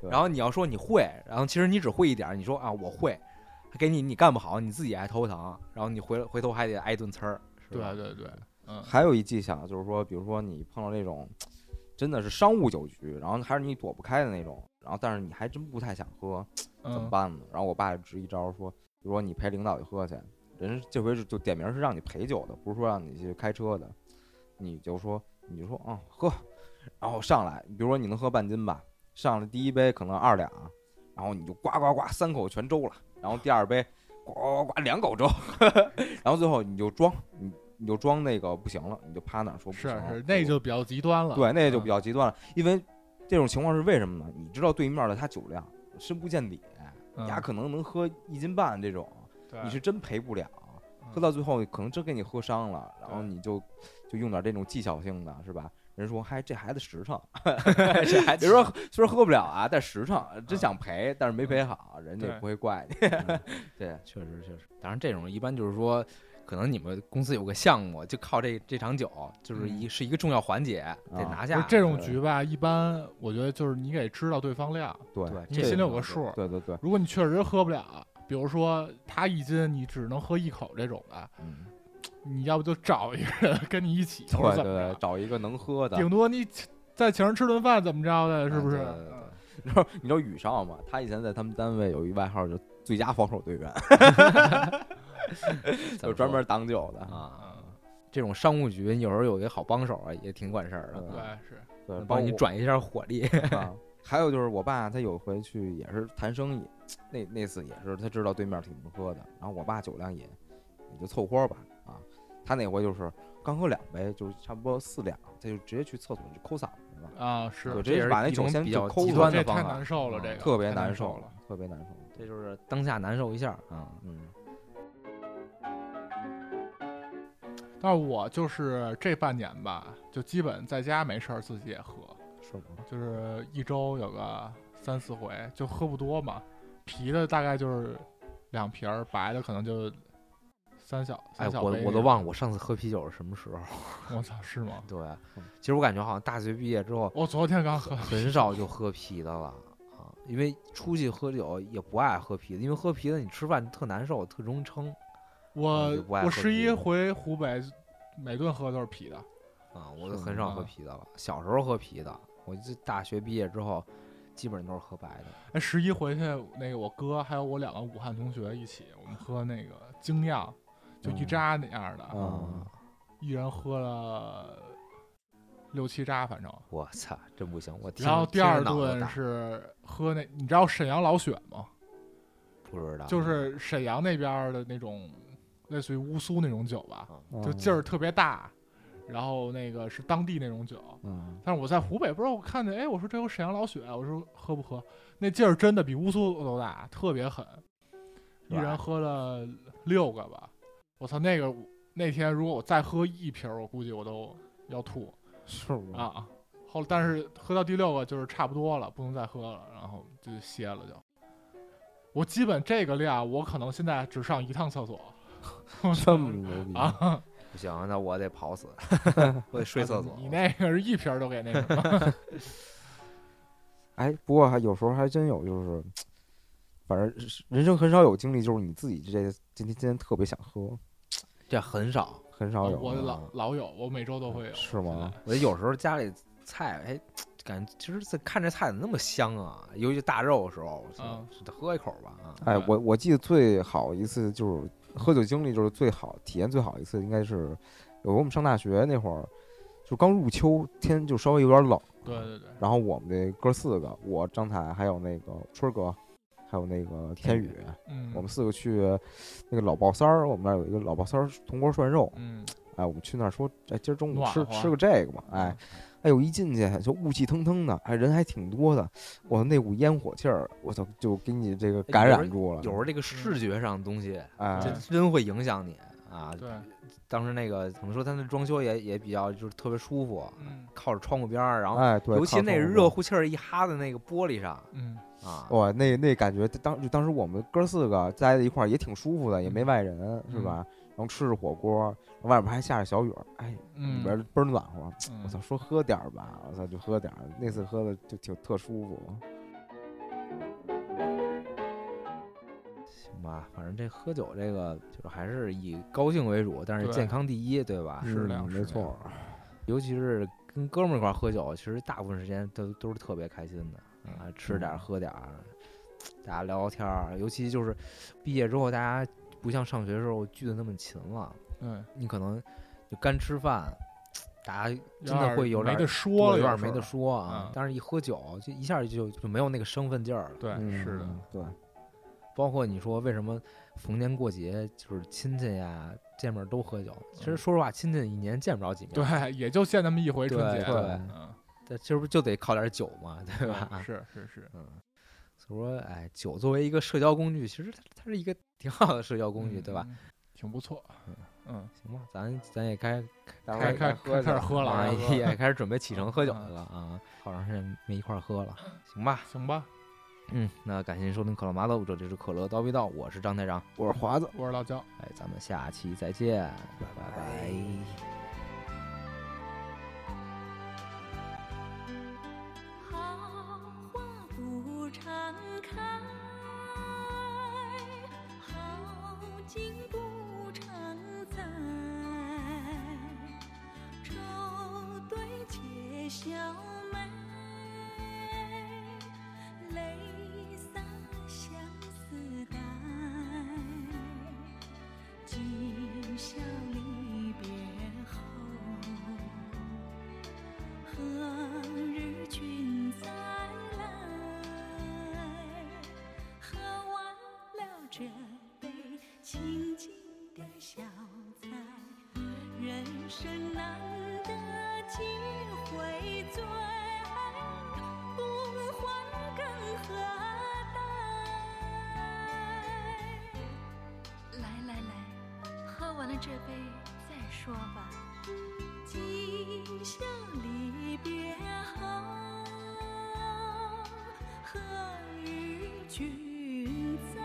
Speaker 4: 对
Speaker 1: 然后你要说你会，然后其实你只会一点儿，你说啊我会，他给你你干不好，你自己还头疼，然后你回回头还得挨顿呲儿，是吧
Speaker 2: 对？对对，嗯，
Speaker 4: 还有一技巧就是说，比如说你碰到那种真的是商务酒局，然后还是你躲不开的那种，然后但是你还真不太想喝，
Speaker 2: 嗯
Speaker 4: 怎么？办呢？然后我爸就支一招说，比如说你陪领导去喝去，人这回是就点名是让你陪酒的，不是说让你去开车的，你就说你就说啊、喝，然后上来，比如说你能喝半斤吧，上来第一杯可能二两，啊然后你就呱呱呱三口全周了，然后第二杯呱呱呱呱两口粥， 然后最后你就装你你就装那个不行了，你就趴那儿说不
Speaker 2: 是
Speaker 4: 行了
Speaker 2: 是，
Speaker 4: 我
Speaker 2: 那就比较极端了。
Speaker 4: 对，那就比
Speaker 2: 较
Speaker 4: 较极端了，因为这种情况是为什么呢？你知道对面的他酒量深不见底。牙可能能喝一斤半这种，你是真赔不了，喝到最后可能真给你喝伤了，然后
Speaker 2: 对
Speaker 4: 你就就用点这种技巧性的，是吧？人说，嗨，这孩子实 诚，
Speaker 1: 这还
Speaker 4: 别说虽然喝不了啊，但实诚，
Speaker 2: 嗯
Speaker 4: 真想赔，但是没赔好，人家也
Speaker 2: 对
Speaker 4: 不会怪你。嗯 对，
Speaker 1: 确实确实，当然这种一般就是说，可能你们公司有个项目，就靠这这场酒，就是一、是一个重要环节，得拿
Speaker 2: 嗯啊不
Speaker 1: 下
Speaker 2: 是。这种局吧，一般我觉得就是你给知道对方量，
Speaker 4: 对
Speaker 1: 对
Speaker 2: 你
Speaker 1: 这
Speaker 2: 心里
Speaker 1: 个
Speaker 2: 有个数。
Speaker 4: 对对对，
Speaker 2: 如果你确实喝不了，比如说他一斤你只能喝一口这种的，
Speaker 4: 嗯，
Speaker 2: 你要不就找一个人跟你一起，
Speaker 4: 对
Speaker 2: 或者
Speaker 4: 对
Speaker 2: 怎么
Speaker 4: 对
Speaker 2: 着，，
Speaker 4: 找一个能喝的。
Speaker 2: 顶多你请在请人吃顿饭怎么着的，
Speaker 1: 啊
Speaker 2: 是不是？
Speaker 4: 对对对对你知道嗯 你知道宇少吗？他以前在他们单位有一外号叫“最佳防守队 员”，
Speaker 1: 怎
Speaker 4: 就
Speaker 1: 么说
Speaker 4: 专门挡酒的。
Speaker 1: 啊，这种商务局，你有时候有一个好帮手啊，也挺管事儿的，
Speaker 4: 嗯
Speaker 2: 对是，
Speaker 4: 对，
Speaker 1: 能
Speaker 4: 包
Speaker 1: 帮你
Speaker 4: 括
Speaker 1: 转移一下火 力。
Speaker 4: 啊，还有就是我爸他有回去也是谈生意，那那次也是他知道对面挺能喝的，然后我爸酒量也也就凑合吧啊，他那回就是刚喝两杯，就是差不多四两，他就直接去厕所去抠嗓子了，
Speaker 2: 啊是，
Speaker 4: 我
Speaker 1: 这
Speaker 4: 直接
Speaker 1: 也是
Speaker 4: 把那
Speaker 1: 一
Speaker 4: 酒
Speaker 1: 种
Speaker 4: 先
Speaker 1: 比
Speaker 4: 就
Speaker 1: 较
Speaker 4: 抠
Speaker 1: 极
Speaker 4: 出
Speaker 1: 端
Speaker 4: 来
Speaker 1: 的
Speaker 2: 这
Speaker 1: 方
Speaker 2: 太
Speaker 1: 法
Speaker 2: 难受了，
Speaker 1: 嗯
Speaker 2: 这个
Speaker 4: 特别
Speaker 2: 太
Speaker 4: 难
Speaker 2: 难
Speaker 4: 受
Speaker 2: 了
Speaker 4: 了。，特别难受，
Speaker 1: 这就是当下难受一下啊。
Speaker 4: 嗯，
Speaker 2: 但是我就是这半年吧，就基本在家没事儿自己也喝，
Speaker 4: 是吗？
Speaker 2: 就是一周有个三四回，就喝不多嘛。啤的大概就是两瓶儿，白的可能就三小
Speaker 1: 哎，
Speaker 2: 三小
Speaker 1: 我
Speaker 2: 杯。
Speaker 1: 我都，忘了我上次喝啤酒是什么时 候。
Speaker 2: 我操，是吗？
Speaker 1: 对，啊其实我感觉好像大学毕业之后
Speaker 2: 我昨天刚喝，
Speaker 1: 很少就喝啤的了啊，因为出去喝酒也不爱喝啤的，因为喝啤的你吃饭特难受，特容易撑
Speaker 2: 我
Speaker 1: 你就不爱
Speaker 2: 我
Speaker 1: 喝
Speaker 2: 十
Speaker 1: 啤
Speaker 2: 一
Speaker 1: 酒
Speaker 2: 回湖北，每顿喝都是啤的。
Speaker 1: 啊。我
Speaker 4: 是
Speaker 1: 就很
Speaker 4: 吗
Speaker 1: 少喝啤的了，小时候喝啤的，我这大学毕业之后基本上都是喝白的。
Speaker 2: 哎，十一回去那个我哥还有我两个武汉同学一起，我们喝那个精酿，就一
Speaker 4: 嗯
Speaker 2: 扎那样
Speaker 1: 啊
Speaker 2: 的，
Speaker 4: 嗯，
Speaker 2: 一人喝了六七扎，反正。
Speaker 1: 我操，真不行！我听
Speaker 2: 然后
Speaker 1: 着
Speaker 2: 第
Speaker 1: 听着
Speaker 2: 二
Speaker 1: 脑子
Speaker 2: 顿
Speaker 1: 大
Speaker 2: 是喝那，你知道沈阳老雪吗？
Speaker 1: 不
Speaker 4: 啊
Speaker 1: 知道，
Speaker 2: 就是沈阳那边儿的那种，类似于乌苏那种酒吧，就劲
Speaker 4: 儿，
Speaker 2: 儿特别大，然后那个是当地那种酒。
Speaker 4: 嗯，
Speaker 2: 但是我在湖北不知道，我看见，哎，我说这有沈阳老雪，啊我说喝不喝？那劲儿真的比乌苏都大，特别狠，一人喝了六个吧。我操，那个那天如果我再喝一瓶儿，我估计我都要吐
Speaker 4: 是
Speaker 1: 嗯
Speaker 4: 吗？
Speaker 2: 啊。后但是喝到第六个就是差不多了，不能再喝了，然后就歇了就。我基本这个量，我可能现在只上一趟厕所。
Speaker 4: 这么牛逼
Speaker 2: 啊！
Speaker 1: 不行，那我得跑 死，我得睡厕所。
Speaker 2: 你那个是一瓶儿都给那什 么
Speaker 4: 哎，不过还有时候还真有，就是，反正是人生很少有经历，就是你自己这今天今天特别想喝，
Speaker 1: 这很少，
Speaker 4: 很少有。
Speaker 2: 啊
Speaker 4: 啊
Speaker 2: 我
Speaker 1: 啊
Speaker 2: 老老有，我每周都会有。
Speaker 4: 是吗？
Speaker 1: 我有时候家里菜，哎，感觉其实这看这菜怎么那么香啊？尤其大肉的时候，我操
Speaker 2: 嗯，
Speaker 1: 得喝一口吧啊！
Speaker 4: 哎
Speaker 2: 对，
Speaker 4: 我我记得最好一次就是喝酒经历，就是最好体验最好一次，应该是有我们上大学那会儿，就刚入秋，天就稍微有点冷。
Speaker 2: 对对对，
Speaker 4: 然后我们这哥四个，我张坦还有那个春儿哥，还有那个天宇，
Speaker 2: 嗯，
Speaker 4: 我们四个去那个老鲍三儿，我们那儿有一个老鲍三儿铜锅涮肉，
Speaker 2: 嗯
Speaker 4: 哎，我们去那儿说，哎，今儿中午
Speaker 2: 暖
Speaker 4: 吃
Speaker 2: 和
Speaker 1: 啊
Speaker 4: 吃个这个吧，
Speaker 1: 嗯
Speaker 4: 哎，哎呦，一进去就雾气腾腾的，哎，人还挺多的，我那股烟火气儿，我操，就给你这个感
Speaker 1: 有时
Speaker 4: 染住了，
Speaker 1: 有时候这个视
Speaker 2: 嗯
Speaker 1: 觉上的东西，
Speaker 4: 哎，
Speaker 1: 真真会影响你啊。
Speaker 2: 对，
Speaker 1: 当时那个怎么说，他那装修也也比较就是特别舒服，
Speaker 2: 嗯
Speaker 1: 靠着窗户边儿，然后
Speaker 4: 哎，对，
Speaker 1: 尤其
Speaker 4: 靠
Speaker 1: 那
Speaker 4: 窗户哦
Speaker 1: 热乎气儿一哈在那个玻璃上
Speaker 2: 嗯，
Speaker 1: 啊，
Speaker 4: 哇，
Speaker 1: 嗯
Speaker 4: 那那感觉，当就当时我们哥四个在一块儿也挺舒服的，也没外人，是吧？后吃着火锅，外边还下着小雨儿，哎，里
Speaker 2: 嗯，
Speaker 4: 边倍儿暖和。
Speaker 2: 嗯
Speaker 4: 我操，说喝点儿吧，我操就喝点儿。那次喝的就挺特舒服。
Speaker 3: 行吧，反正这喝酒这个就是还
Speaker 1: 还是以高兴为主，但是
Speaker 2: 对
Speaker 1: 健康第一，对吧？
Speaker 2: 是的
Speaker 4: 嗯
Speaker 2: 是
Speaker 4: 没
Speaker 2: 的
Speaker 4: 错儿。
Speaker 1: 尤其是跟哥们儿一块儿喝酒，其实大部分时间都都是特别开心的
Speaker 2: 嗯
Speaker 1: 啊，吃点儿喝点儿，大家聊聊天儿。尤其就是毕业之后，大家不像上学的时候聚的那么勤了，
Speaker 2: 嗯，
Speaker 1: 你可能就干吃饭，大家真的
Speaker 2: 点
Speaker 1: 会有
Speaker 2: 没
Speaker 1: 点
Speaker 2: 得
Speaker 1: 儿
Speaker 2: 说了，
Speaker 1: 有点儿
Speaker 2: 时
Speaker 1: 没得
Speaker 2: 候。
Speaker 1: 说啊
Speaker 2: 嗯。
Speaker 1: 但是一喝酒，就一下就就没有那个生分劲儿了。
Speaker 2: 对，
Speaker 4: 嗯
Speaker 2: 是的，，
Speaker 4: 对，
Speaker 1: 包括你说为什么逢年过节就是亲戚呀见面都喝酒，其实说实话，亲戚一年见不着几面，
Speaker 2: 对，也就见那么一回春
Speaker 1: 对
Speaker 2: 节，
Speaker 1: 对
Speaker 2: 嗯，
Speaker 1: 对，这不就得靠点酒嘛，对吧？
Speaker 2: 是是是，
Speaker 1: 所以说，哎，酒作为一个社交工具，其实它它是一个 挺好的社交工具，
Speaker 2: 嗯
Speaker 1: 对吧？？
Speaker 2: 嗯挺不错，嗯，
Speaker 1: 行吧，咱咱也该
Speaker 2: 开开开始喝了啊，
Speaker 1: 哎
Speaker 2: 喝
Speaker 1: 也开始准备启程喝酒去了啊，好长时间没一块儿喝了，行吧？
Speaker 2: 行吧，
Speaker 1: 嗯，那感谢您收听可乐麻豆，这里是可乐刀逼道，我是张台长，
Speaker 4: 我是华子。
Speaker 2: 我是老焦。
Speaker 1: 哎，咱们下期再见，拜拜
Speaker 6: 好花不常开，好景不常在。愁堆解笑眉，泪洒相思带。今宵离别后。何日君再来？喝完了这杯清静的小菜，人生难得几回醉，不欢更何待？
Speaker 7: 来来来，喝完了这杯再说吧。
Speaker 6: 今宵离别后，何日君再来？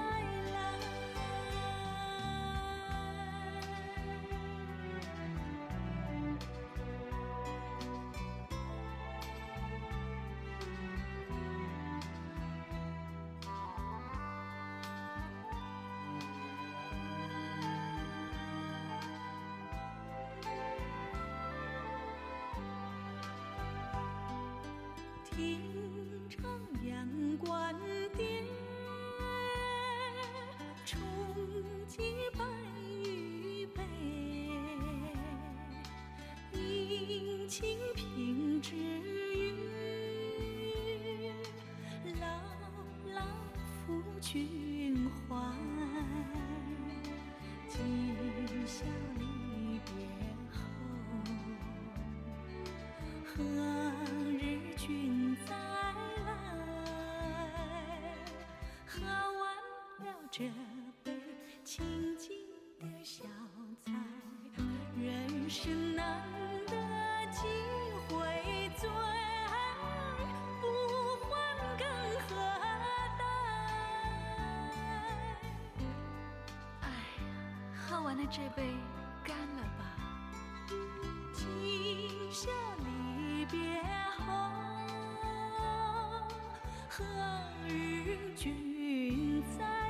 Speaker 6: 听唱阳关叠，重击白玉杯。饮清平之语，牢牢抚君怀。今宵离别后。何日君再来？喝完了这杯清静的小菜，人生难得几回醉，不欢更何待？
Speaker 7: 哎，喝完了这杯，干了吧。
Speaker 6: 今宵离别后，何日君再